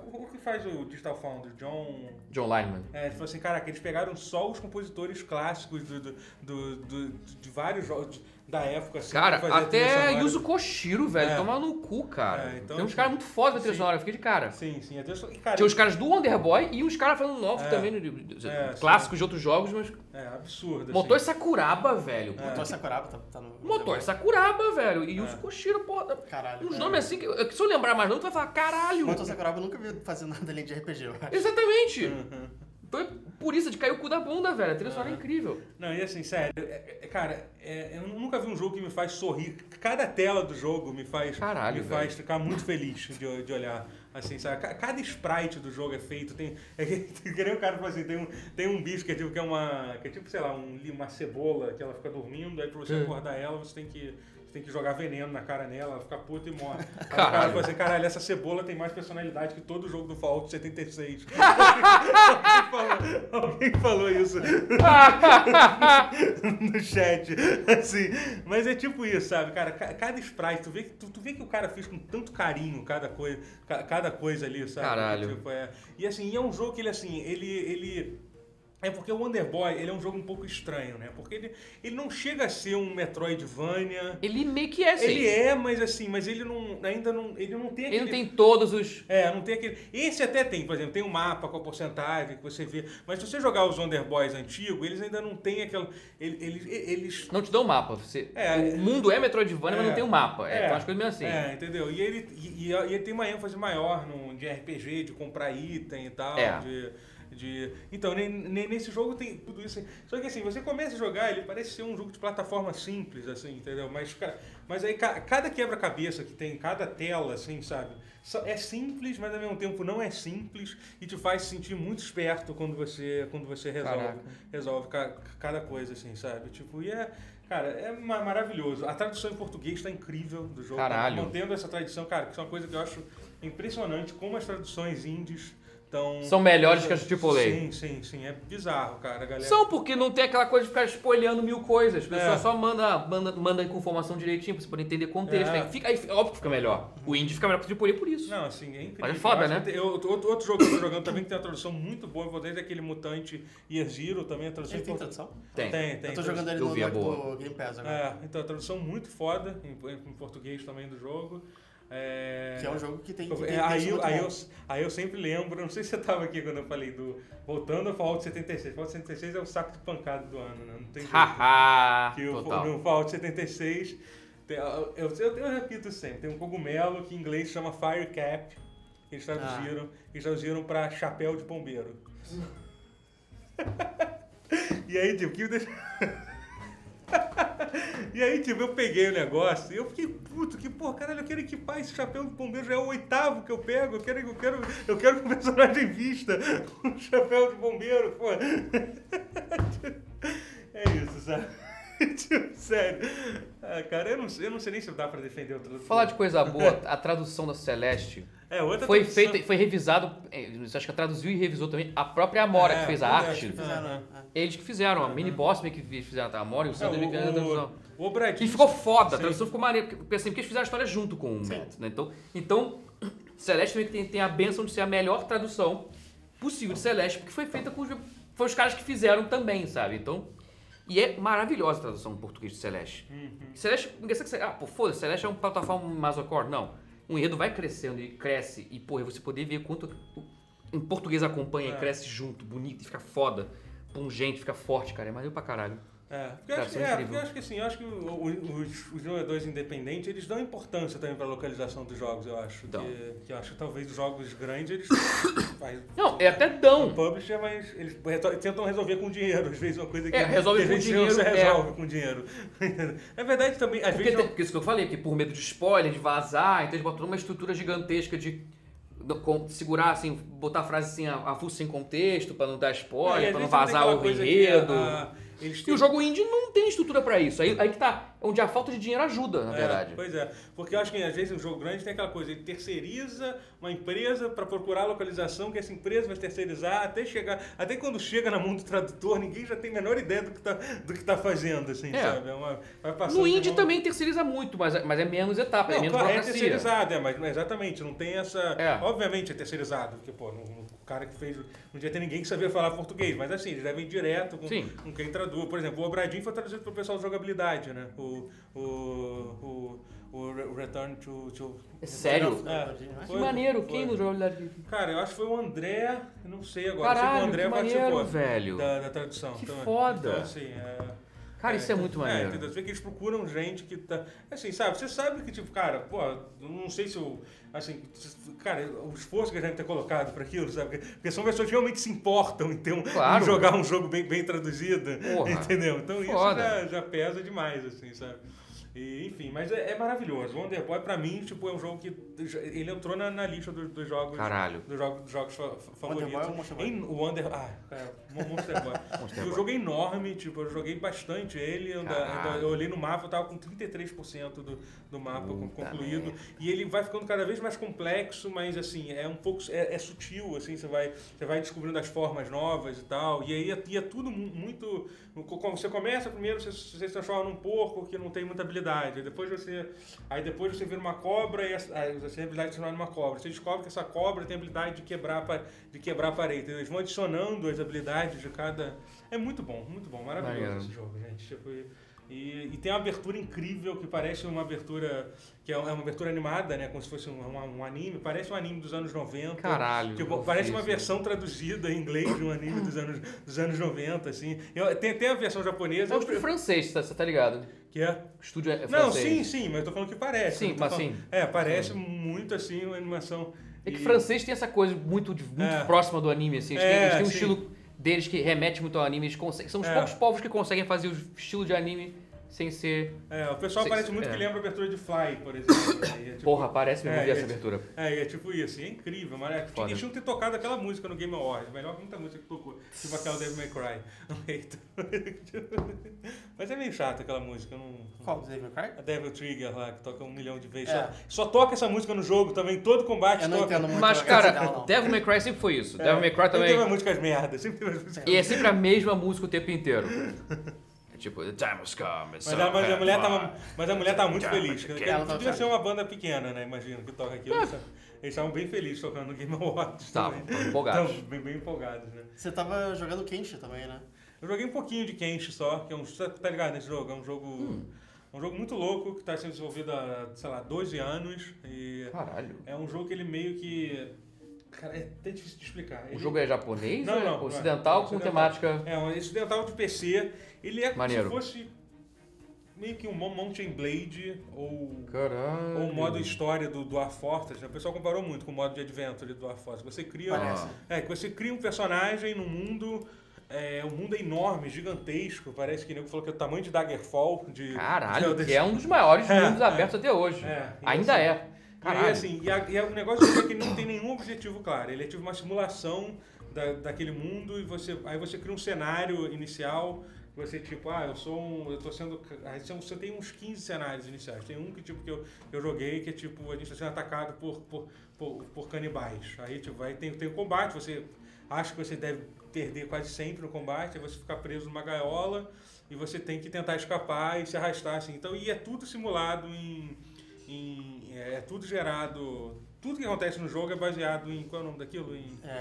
O que faz o Digital Foundry? John. John Lineman. É, ele falou assim, caraca, eles pegaram só os compositores clássicos do, do, do- do- de vários jogos, da época. Assim, Cara, que fazia trilha até sonora. Yuzo Koshiro, velho, É. tomar no cu, cara. É, então, Tem uns tipo, caras muito foda da trilha sim. sonora, eu fiquei de cara. Sim, sim. Até... E, cara, Tinha os caras do Wonderboy e uns caras fazendo novos É. também, né, de- de- de- É, clássicos de outros jogos, mas... É absurdo. Motor assim. Sakuraba, velho. É. Motor Sakuraba tá, tá no. Motor Sakuraba, velho. E Yuzo É. Koshiro, porra. Caralho. Uns é. nomes assim que, que se eu lembrar mais não, tu vai falar, caralho. Motor Sakuraba eu nunca vi fazer nada além de RPG, eu É acho. Exatamente. Uhum. Então é por isso, de cair o cu da bunda, velho. A trilha sonora é incrível. Não, e assim, sério, é- é- cara, é, eu nunca vi um jogo que me faz sorrir. Cada tela do jogo me faz, Caralho, me velho. faz ficar muito feliz de, de olhar. Assim, sabe? Ca- Cada sprite do jogo é feito. Tem. É, que- que nem o cara falou assim, tem um, tem um bicho que é tipo, que é uma. Que é tipo, sei lá, um, li- uma cebola que ela fica dormindo, aí pra você É. acordar ela, você tem que. você Tem que jogar veneno na cara nela, ela fica puta e morre. Aí o cara Caralho. fala assim, caralho, essa cebola tem mais personalidade que todo jogo do Fallout 76. alguém, falou, alguém falou isso no chat, assim. Mas é tipo isso, sabe, cara? Ca- Cada sprite, tu vê que, tu, tu vê que o cara fez com tanto carinho cada coisa, ca- cada coisa ali, sabe? Caralho. Tipo, é. E assim, e é um jogo que ele, assim, ele... ele é porque o Wonderboy, ele é um jogo um pouco estranho, né? Porque ele, ele não chega a ser um Metroidvania. Ele meio que é assim. Ele é, mas assim, mas ele não ainda não, ele é. não tem Ele aquele não tem todos os. é, não tem aquele. Esse até tem, por exemplo, tem um mapa com a porcentagem que você vê. Mas se você jogar os Wonder Boys antigos, eles ainda não têm aquela. ele- Eles. eles Não te dão um mapa. Você... É. o mundo é Metroidvania, mas É. não tem um mapa. É, É. tem umas coisas meio assim. É, entendeu? E ele, e, e- e ele tem uma ênfase maior no, de RPG, de comprar item e tal. É. De, de, então, nem, nem- nesse jogo tem tudo isso. aí. Só que assim, você começa a jogar, ele parece ser um jogo de plataforma simples, assim, entendeu? Mas, cara, mas aí ca- cada quebra-cabeça que tem, cada tela, assim, sabe? Só- É simples, mas ao mesmo tempo não é simples e te faz sentir muito esperto quando você, quando você resolve, Caraca. resolve ca- cada coisa, assim, sabe? Tipo, e é. Cara, é ma- maravilhoso. A tradução em português tá incrível do jogo. Caralho. Mantendo essa tradição, cara, que é uma coisa que eu acho impressionante como as traduções indies estão. São melhores que as AAA. Sim, sim, sim. É bizarro, cara. A galera. São porque não tem aquela coisa de ficar spoilhando mil coisas. O pessoal É. só manda, manda, manda com informação direitinho pra você poder entender contexto. É. Aí fica, aí, óbvio que fica melhor. O indie fica melhor pro AAA por isso. Não, assim, é incrível. Mas é foda, Eu acho né? que tem- eu- outro, outro jogo que eu tô jogando também que tem uma tradução muito boa, eu vou desde aquele Mutante Year Zero também, a tradução Ele em É, tem portu- tradução? Tem. Tem, tem. eu tô jogando ele eu no, vi a boa. no Game Pass agora. É, então, a tradução muito foda em, em português também do jogo. É... Que é um jogo que tem. Que tem É, aí, texto eu, muito aí, bom. eu, aí eu sempre lembro, não sei se você tava aqui quando eu falei do. Voltando ao Fallout 76. Fallout 76 é o saco de pancada do ano, né? Não tem jeito. Haha. que o, Tá, Total. no Fallout 76. tem- Eu, eu, eu- eu repito sempre, tem um cogumelo que em inglês chama Fire Cap. Que eles traduziram, eles traduziram pra chapéu de bombeiro. e aí, tipo, que. E aí, tipo, eu peguei o negócio e eu fiquei puto, que porra, caralho, eu quero equipar esse chapéu de bombeiro, já é o oitavo que eu pego, eu quero, eu quero, eu quero que o personagem vista um chapéu de bombeiro, pô. É isso, sabe? Tipo, sério. Ah, cara, eu não, sei- eu não sei nem se dá pra defender outro. Falar de coisa boa, a tradução da Celeste É, outra foi tradução- feita, foi revisado, eh, acho que traduziu e revisou também a própria Amora É, que fez a eu acho arte. que Fizeram, Ah, né? Eles que fizeram, a mini boss meio que fizeram a Amora e o É, Sandro meio que fizeram a o, tradução. o, o Bradinho- Que ficou foda, tá? a Sim. tradução ficou maneira, porque, porque, assim, porque eles fizeram a história junto com o Sim. Matt, né? Então, então Celeste meio que tem, tem a benção de ser a melhor tradução possível de Celeste, porque foi feita com os, foi os caras que fizeram também, sabe? Então, e é maravilhosa a tradução em português de Celeste. Uhum. Celeste, engraçado que Celeste, ah, pô, foda-se, Celeste é um plataforma masocore, não. O enredo vai crescendo e cresce, e porra, você poder ver quanto o- em português acompanha É. e cresce junto, bonito, e fica foda, pungente, fica forte, cara, é maneiro pra caralho. É, porque eu acho que, Tradução é, incrível. porque eu acho que assim, eu acho que o- o- os, os jogadores independentes, eles dão importância também pra localização dos jogos, eu acho. Dão. Que, que eu acho que talvez os jogos grandes, eles faz- Não, é até dão. o publisher, mas eles reto- tentam resolver com dinheiro. Às vezes uma coisa que É, resolve que às com vezes não se dinheiro, resolve com dinheiro. é verdade também, às Porque, vezes... tem- porque isso que eu falei, porque por medo de spoiler, de vazar, então eles botaram uma estrutura gigantesca de no- com- segurar, assim, botar a frase assim, a, a full sem contexto, pra não dar não- e spoiler, é, às pra não vezes tem vazar aquela o coisa que, enredo. ah, eles E têm- o jogo indie não tem estrutura pra isso. Aí, aí que tá, onde a falta de dinheiro ajuda, na É, verdade. Pois é, porque eu acho que às vezes um jogo grande tem aquela coisa, ele terceiriza uma empresa para procurar a localização que essa empresa vai terceirizar até chegar, até quando chega na mão do tradutor, ninguém já tem a menor ideia do que tá, do que tá fazendo, assim, É. sabe? É uma- vai passando No de indie mão- também terceiriza muito, mas, é- mas é menos etapa, é Não, menos claro, é burocracia. terceirizado, é, mas mas exatamente, não tem essa. É. Obviamente é terceirizado, porque, pô, não- não- o cara que fez. Não devia ter ninguém que sabia falar português, mas assim, eles devem ir direto com, Sim. com quem traduz. Por exemplo, o Obradinho foi traduzido pro pessoal de jogabilidade, né? O, o, o, o Re- Return to... to- É sério? É, Que foi- maneiro, foi. quem no jogabilidade? Cara, eu acho que foi o André, eu não sei agora, eu sei que o Caralho, André que maneiro, participou velho. da, da tradução. Que Então, foda. Então, assim, é... Cara, isso é muito É, maneiro. entendeu? Você vê que eles procuram gente que tá. Assim, sabe? Você sabe que, tipo, cara, pô, eu não sei se eu. Assim, se- cara, o esforço que eles devem ter colocado pra aquilo, sabe? Porque são pessoas que realmente se importam em, ter um, Claro. em jogar um jogo bem, bem traduzido. Porra. Entendeu? Então Foda. isso já, já pesa demais, assim, sabe? E, enfim, mas é, é maravilhoso. Wonder Boy, pra mim, tipo, é um jogo que. Ele entrou na, na lista dos, dos jogos. Caralho. Dos jogos, dos jogos fa- fa- Wonder Boy favoritos. ou Monster Boy? Em- o Wonder. Ah, é, Mon- Monster Boy. Monster o Boy. jogo é enorme, tipo, eu joguei bastante ele. Eu, ainda- Caralho. ainda- eu olhei no mapa, eu tava com 33% do, do mapa com- Puta concluído. merda. E ele vai ficando cada vez mais complexo, mas assim, é um pouco. É, é sutil, assim, você vai, você vai descobrindo as formas novas e tal. E aí é, e é tudo mu- muito. Quando você começa primeiro, você, você se transforma num porco que não tem muita habilidade. Aí depois você. Aí depois você vira uma cobra e essa, aí você tem a habilidade de se tornar uma cobra. Você descobre que essa cobra tem a habilidade de quebrar, a pa- de quebrar a parede. entendeu? Eles vão adicionando as habilidades de cada. É muito bom, muito bom. Maravilhoso Maneiro. esse jogo, gente. Tipo, e- e, e tem uma abertura incrível que parece uma abertura que é uma é uma abertura animada, né? Como se fosse um, um- um anime. Parece um anime dos anos 90. Caralho. Tipo, eu parece fiz, uma né? versão traduzida em inglês de um anime dos anos, dos anos 90, assim. Eu, tem, tem a versão japonesa. É um eu- estúdio francês, tá- você tá ligado? que é. Estúdio é é Não, francês. sim, sim, mas eu tô falando que parece. Sim, eu tô mas falando- sim. É, parece muito assim uma animação. É que e- francês tem essa coisa muito, de- muito É. próxima do anime, assim. Eles, têm, É, eles têm um sim. estilo deles que remete muito ao anime. Eles conseguem, são os É. poucos povos que conseguem fazer o estilo de anime sem ser. É, o pessoal Sim, parece sim, muito é. que lembra a abertura de Fly, por exemplo. Aí é tipo- Porra, parece mesmo É, ver essa esse- abertura. É, e é tipo isso, e é incrível, mas é, Foda. eles tinham que ter tocado aquela música no Game Awards, melhor que muita música que tocou, tipo aquela Devil May Cry. Então, mas é meio chato aquela música, eu não... Qual? Devil May Cry? A Devil Trigger lá, que toca um milhão de vezes. É. Só, só toca essa música no jogo também, todo combate Eu não toca. entendo muito. Mas, a graça cara, dela, não. Devil May Cry sempre foi isso. É, Devil May Cry Sempre também. as músicas merdas, sempre teve as músicas E é sempre a mesma música o tempo inteiro. É tipo, The time has come. it's Mas a, mas a time mulher to tava, fly." mas a mulher tava muito feliz. né? Ela tá Podia ser certa. uma banda pequena, né? Imagino que toca Ah. aquilo. Eles estavam bem felizes tocando no Game Awards. Estavam, também. estavam empolgados. Estavam bem, bem empolgados, né? Você tava jogando Kenshi também, né? Eu joguei um pouquinho de Kenshi só, que é um. Tá tá ligado nesse jogo? É um jogo. Hum. é um jogo muito louco que tá sendo desenvolvido há, sei lá, 12 anos. E Caralho. é um jogo que ele meio que. Cara, é até difícil de explicar. O Ele- jogo é japonês? Não, ou é não, não é. Ocidental É com ocidental. temática. É, um incidental de PC. Ele é Maneiro. como se fosse meio que um Mon- Mountain Blade ou. Caralho. Ou o modo história do, do Dwarf Fortress, né? o pessoal comparou muito com o modo de Adventure do Dwarf Fortress. Você Ah, cria, Parece. é, que você cria um personagem num mundo. é, o mundo é enorme, gigantesco. Parece que o nego falou que é o tamanho de Daggerfall. De, Caralho, de- que é um dos maiores É, mundos abertos até hoje. É, e Ainda assim- é. E aí, Caralho. assim, e, a- e o negócio é que não tem nenhum objetivo claro. Ele é tipo uma simulação da, daquele mundo e você, aí você cria um cenário inicial. Você, tipo, ah, eu sou um. Eu tô sendo. Aí são- você tem uns 15 cenários iniciais. Tem um que, tipo, que eu, eu joguei, que é tipo, a gente tá sendo atacado por, por, por, por canibais. Aí, tipo, aí tem, tem o combate, você acha que você deve perder quase sempre no combate, aí você fica preso numa gaiola e você tem que tentar escapar e se arrastar, assim. Então, e é tudo simulado em em- é, é tudo gerado. Tudo que acontece no jogo é baseado em. Qual é o nome daquilo? Em, Procedural. É,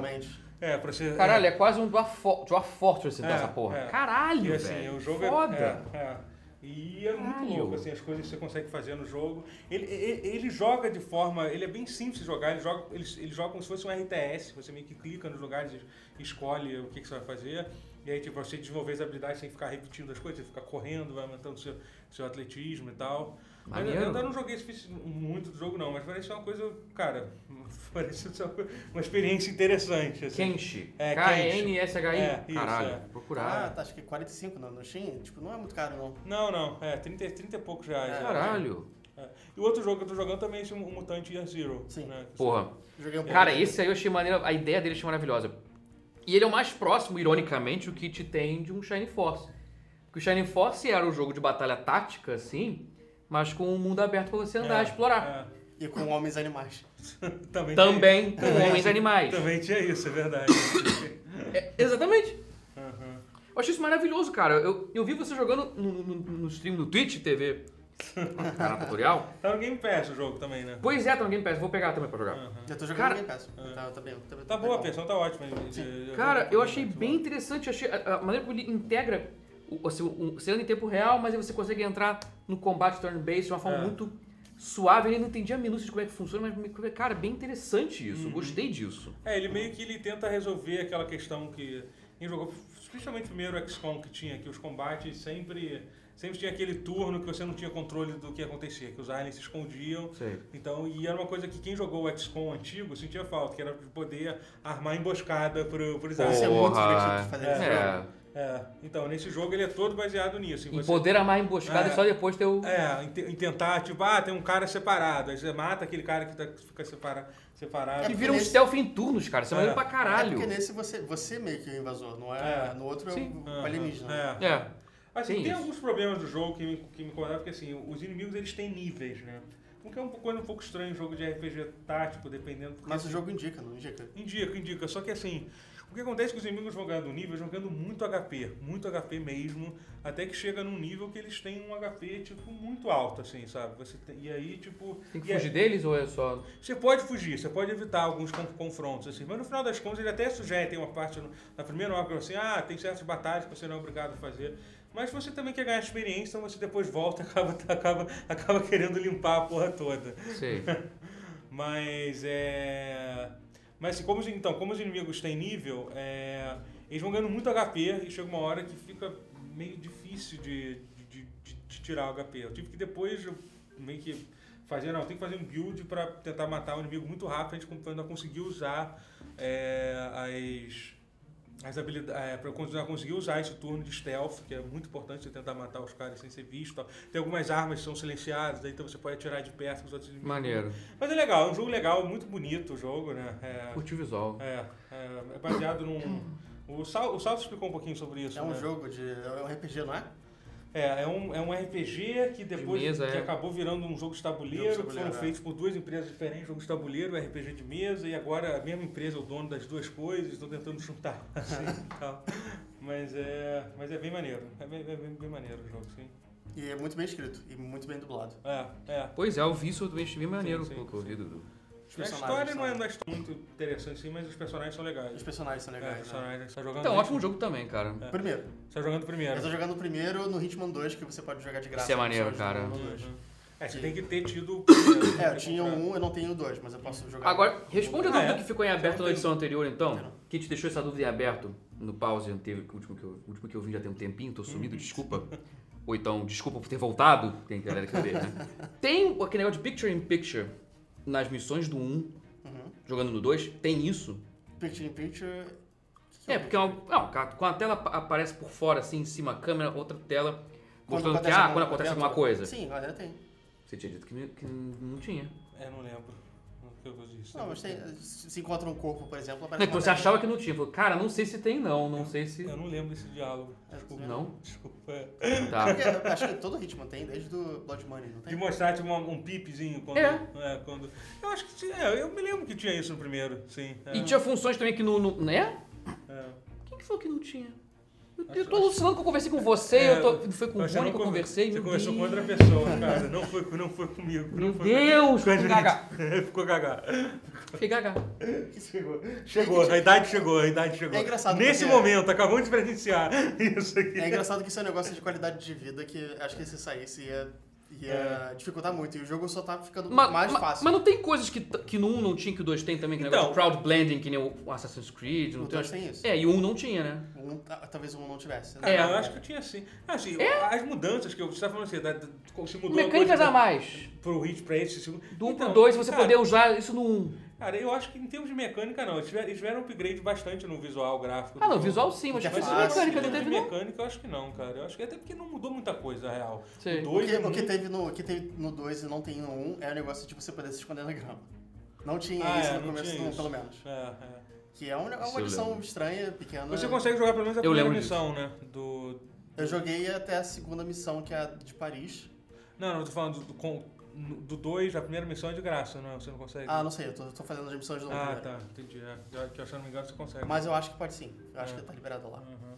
proceduralmente. é, pra ser. Caralho, é quase um Dwarf, Fo- Dwarf Fortress então, É, essa porra. é. Caralho, E assim, velho. o jogo é- Foda. é. é. E é muito Caralho. louco, assim, as coisas que você consegue fazer no jogo. Ele, ele, ele joga de forma. Ele é bem simples de jogar, ele joga, ele, ele joga como se fosse um RTS. Você meio que clica nos lugares e escolhe o que, que você vai fazer. E aí, tipo, você desenvolver as habilidades sem ficar repetindo as coisas, você fica correndo, vai aumentando seu, seu atletismo e tal. Mas eu Maneiro. ainda não joguei sufici- muito do jogo, não, mas parece uma coisa. Cara, parece ser uma coisa- uma experiência interessante. Assim. Kenshi. É, É, K-N-S-H-I. isso, Caralho, é. Ah, procurar. tá, acho que 45 no, no Steam. Tipo, não é muito caro, não. Não, não, é, 30, e- 30 e poucos reais. né? Caralho. É. E o outro jogo que eu tô jogando também é esse Mu- Mutante Year Zero. Sim. Né? Porra. Joguei um pouco. Cara, esse aí eu achei maneiro. A ideia dele achei maravilhosa. E ele é o mais próximo, ironicamente, o que te tem de um Shining Force. Porque o Shining Force era um jogo de batalha tática, assim, mas com um mundo aberto pra você andar, É, explorar. E com homens animais. é. Também, Também com Também. homens animais. Tinha, também tinha isso, é verdade. É, exatamente. Aham. Eu achei isso maravilhoso, cara. Eu, eu vi você jogando no, no, no- no stream do Twitch TV. Canal tutorial. Tá no Game Pass o jogo também, né? Pois é, tá no Game Pass, vou pegar também pra jogar. Já tô jogando Cara, Game Pass. Tá, tá bem. Tá, Tá boa, a bom. versão tá ótima. Cara, é eu achei bem interessante, eu achei a, a maneira como ele integra o, assim, o- você anda em tempo real, mas aí você consegue entrar no combate turn-based de uma forma É. muito suave. Eu ainda não entendi a minúcia de como é que funciona, mas, me- cara, é bem interessante isso. eu Gostei disso. É, ele meio que ele tenta resolver aquela questão que quem jogou, principalmente o primeiro XCOM que tinha, que os combates sempre, sempre tinha aquele turno que você não tinha controle do que acontecia, que os aliens se escondiam. Sei. Então, e era uma coisa que quem jogou o XCOM antigo sentia falta, que era de poder armar emboscada pro, pros Isso é aliens. muito Porra. divertido de fazer isso. É. É, então, nesse jogo ele é todo baseado nisso. em E você- poder amar a emboscada É. só depois ter o. É, em te- em tentar, tipo, ah, tem um cara separado, aí você mata aquele cara que tá- que fica separa, separado. É Que porque vira um nesse- stealth em turnos, cara. Isso é É. maneiro pra É caralho. porque nesse você, você meio que é o invasor, não é? É. No outro é Sim. o alienígena. né? É. É. Assim, Tem tem, isso. alguns problemas do jogo que me, que me incomodaram, porque assim, os inimigos eles têm níveis, né? O que é um pouco, coisa um pouco estranho em jogo de RPG tático, dependendo. Porque, Mas o jogo indica, não indica? Indica, indica. Só que assim, o que acontece é que os inimigos vão ganhando nível, eles vão ganhando muito HP, muito HP mesmo, até que chega num nível que eles têm um HP, tipo, muito alto, assim, sabe? Você tem- e aí, tipo. Tem que e aí- fugir deles ou é só. você pode fugir, você pode evitar alguns con- confrontos, assim, mas no final das contas ele até sugere, tem uma parte no- na primeira obra assim, ah, tem certas batalhas que você não é obrigado a fazer. Mas você também quer ganhar experiência, então você depois volta e acaba, acaba, acaba querendo limpar a porra toda. Sei. Mas é. Mas assim, como os, então, como os inimigos têm nível, é, eles vão ganhando muito HP e chega uma hora que fica meio difícil de, de, de- de- de tirar o HP. Eu tive que depois eu meio que fazer, não, tem que fazer um build pra tentar matar o inimigo muito rápido, a gente ainda conseguir usar é, as. As habilidades. É, pra continuar conseguir usar esse turno de stealth, que é muito importante você tentar matar os caras sem ser visto. tal. Tem algumas armas que são silenciadas, daí então você pode atirar de perto os outros inimigos. Maneiro. Mas é legal, é um jogo legal, muito bonito o jogo, né? É, Curti o visual. é, é, é baseado num. O, Sal, o Salto explicou um pouquinho sobre isso. É um né? jogo de. É um RPG, não é? É, é um, é um RPG que depois mesa, que é. acabou virando um jogo de tabuleiro, Jogo de que tabuleiro, foram é. feitos por duas empresas diferentes, jogo de tabuleiro, RPG de mesa, e agora a mesma empresa é o dono das duas coisas, estão tentando juntar assim e tal. Mas é, mas é bem maneiro. É bem, é bem- bem maneiro o jogo, sim. E é muito bem escrito e muito bem dublado. É, é. Pois é, eu vi isso também, bem maneiro sim, pelo que eu vi, Dudu. Os A personagens história não é, são- não é muito interessante, sim, mas os personagens são legais. Os personagens são É, os legais, né? personagens tá jogando Então, bem. ótimo jogo também, cara. Primeiro. Você tá jogando primeiro. Eu tô jogando o primeiro no Hitman 2, que você pode jogar de graça. Isso é com maneiro, pessoas do cara. Hitman 2. É, você Sim. tem que ter tido. né, É, eu tinha um, eu não tenho o dois, mas eu posso jogar. Agora, responde a Ah, dúvida é? que ficou em aberto na edição anterior, então. Não. Que te deixou essa dúvida em aberto no pause anterior, que o último que eu, o último que eu vi já tem um tempinho, tô Hum. sumido, desculpa. Ou então, desculpa por ter voltado. Tem galera que vê, né? Tem aquele negócio de picture in picture nas missões do 1, Uhum. jogando no 2, tem isso? Picture in Picture. que que É, porque é uma, não, cara, com a tela ap- aparece por fora, assim, em cima, a câmera, outra tela, Quando mostrando que, acontece ah, alguma- quando acontece dentro- alguma coisa. Sim, ainda tem. Você tinha dito que, que não tinha. É, não lembro. Não que eu vou dizer. um. Não, mas tem. Se se encontra um corpo, por exemplo, Não, é aparece. que uma você tela. achava que não tinha. Falou, cara, não sei se tem não, não sei se... Eu não lembro desse diálogo. É, Desculpa. Não? Desculpa. é. Tá. Porque eu acho que todo Hitman tem, desde o Blood Money, não De tem? mostrar tipo, um, um pipezinho quando, É. é, quando. Eu acho que tinha. é, eu me lembro que tinha isso no primeiro, sim. É, E tinha funções também que não. não- né? é. Quem que falou que não tinha? Eu, eu tô alucinando que eu conversei com você, É, eu tô, foi com o Mas você Rony não que eu conver- conversei. Você meu conversou com Deus. outra pessoa, cara. Não foi, não foi comigo. não foi Meu com a- Deus, com a ficou gente. gaga. Ficou gaga. Fiquei gaga. Chegou. Chegou, a idade chegou, a idade chegou. É engraçado Nesse porque- momento, acabamos de presenciar isso aqui. É engraçado que isso é um negócio de qualidade de vida que acho que se saísse ia, É. ia dificultar muito. E o jogo só tá ficando Mas, mais mas- fácil. mas não tem coisas que, t- que no 1 não tinha, que o 2 tem também, que é um negócio de Então. crowd blending, que nem o Assassin's Creed. Não o tem, 2 Então, tem isso. É, e o 1 não tinha, né? Um, ta- talvez um não tivesse. Ah, Né? É. não, eu acho que tinha sim. Assim, as mudanças que eu- você estava falando assim, da, da- se mudou a Mecânicas coisa a mais. da- pro hit pra esse segundo. Do 1 pro Então, 2, você cara, poder usar isso no 1. Cara, eu acho que em termos de mecânica, não. Eles tiveram, eles tiveram um upgrade bastante no visual gráfico. do Ah, não, jogo. visual sim, mas Porque é coisas fácil, mecânicas Em não termos teve, de não. mecânica, eu acho que não, cara. Eu acho que até porque não mudou muita coisa, na real. Sei. O O, dois que, é o que muito- teve no, o que teve no 2 e não tem no 1 um é o negócio de você poder se esconder na grama. Não tinha Ah, isso é, no não começo tinha do 1, isso. pelo menos. É, é. Que é um- é Isso uma eu edição lembro. estranha, pequena. Você consegue jogar pelo menos a Eu primeira lembro disso. missão, né? Do. Eu joguei até a segunda missão, que é a de Paris. Não, não, eu tô falando do- do. com- Do 2, a primeira missão é de graça, não? Você não consegue. Ah, não sei, eu tô, tô fazendo as missões de novo. É. Ah, primeiro. tá, entendi. É, que eu- que eu, se eu não me engano, você consegue. Mas eu acho que pode sim. Eu acho que tá liberado lá. Uhum.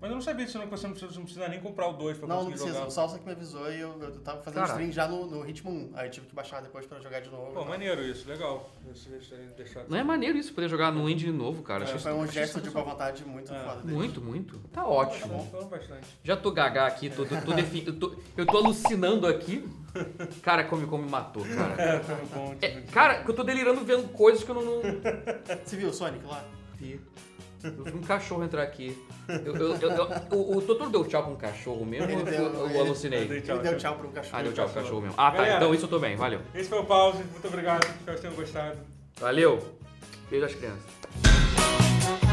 Mas eu não sabia disso, não, que você não precisa, não precisa nem comprar o 2 pra Não, não conseguir precisa. jogar. O Salsa que me avisou e eu, eu tava fazendo Caraca. stream já no, no ritmo 1. Aí eu tive que baixar depois pra jogar de novo. Pô, maneiro isso, legal. Deixa- deixa- deixa- Não é maneiro isso, poder jogar no indie de novo, cara. Acho isso Foi um gesto de boa vontade muito É. foda dele. muito, muito. Tá Tá bom, ótimo. falou bastante. Já tô gaga aqui, tô, tô, tô defi- eu, tô, eu tô alucinando aqui. Cara, como, como me matou, cara. É, foi bom. É, cara, que eu tô delirando vendo coisas que eu não. não... Você viu o Sonic lá? vi. Eu vi um cachorro entrar aqui. Eu, eu, eu- eu- o, o Totoro deu tchau com um cachorro mesmo Ele ou deu, eu, ele- eu alucinei? eu dei Ele deu tchau pro cachorro. Ah, deu tchau com o cachorro mesmo. Ah, Galera. tá. Então isso eu tô bem. Valeu. Esse foi o pause. Muito obrigado. Espero que tenham gostado. Valeu. Beijo às crianças.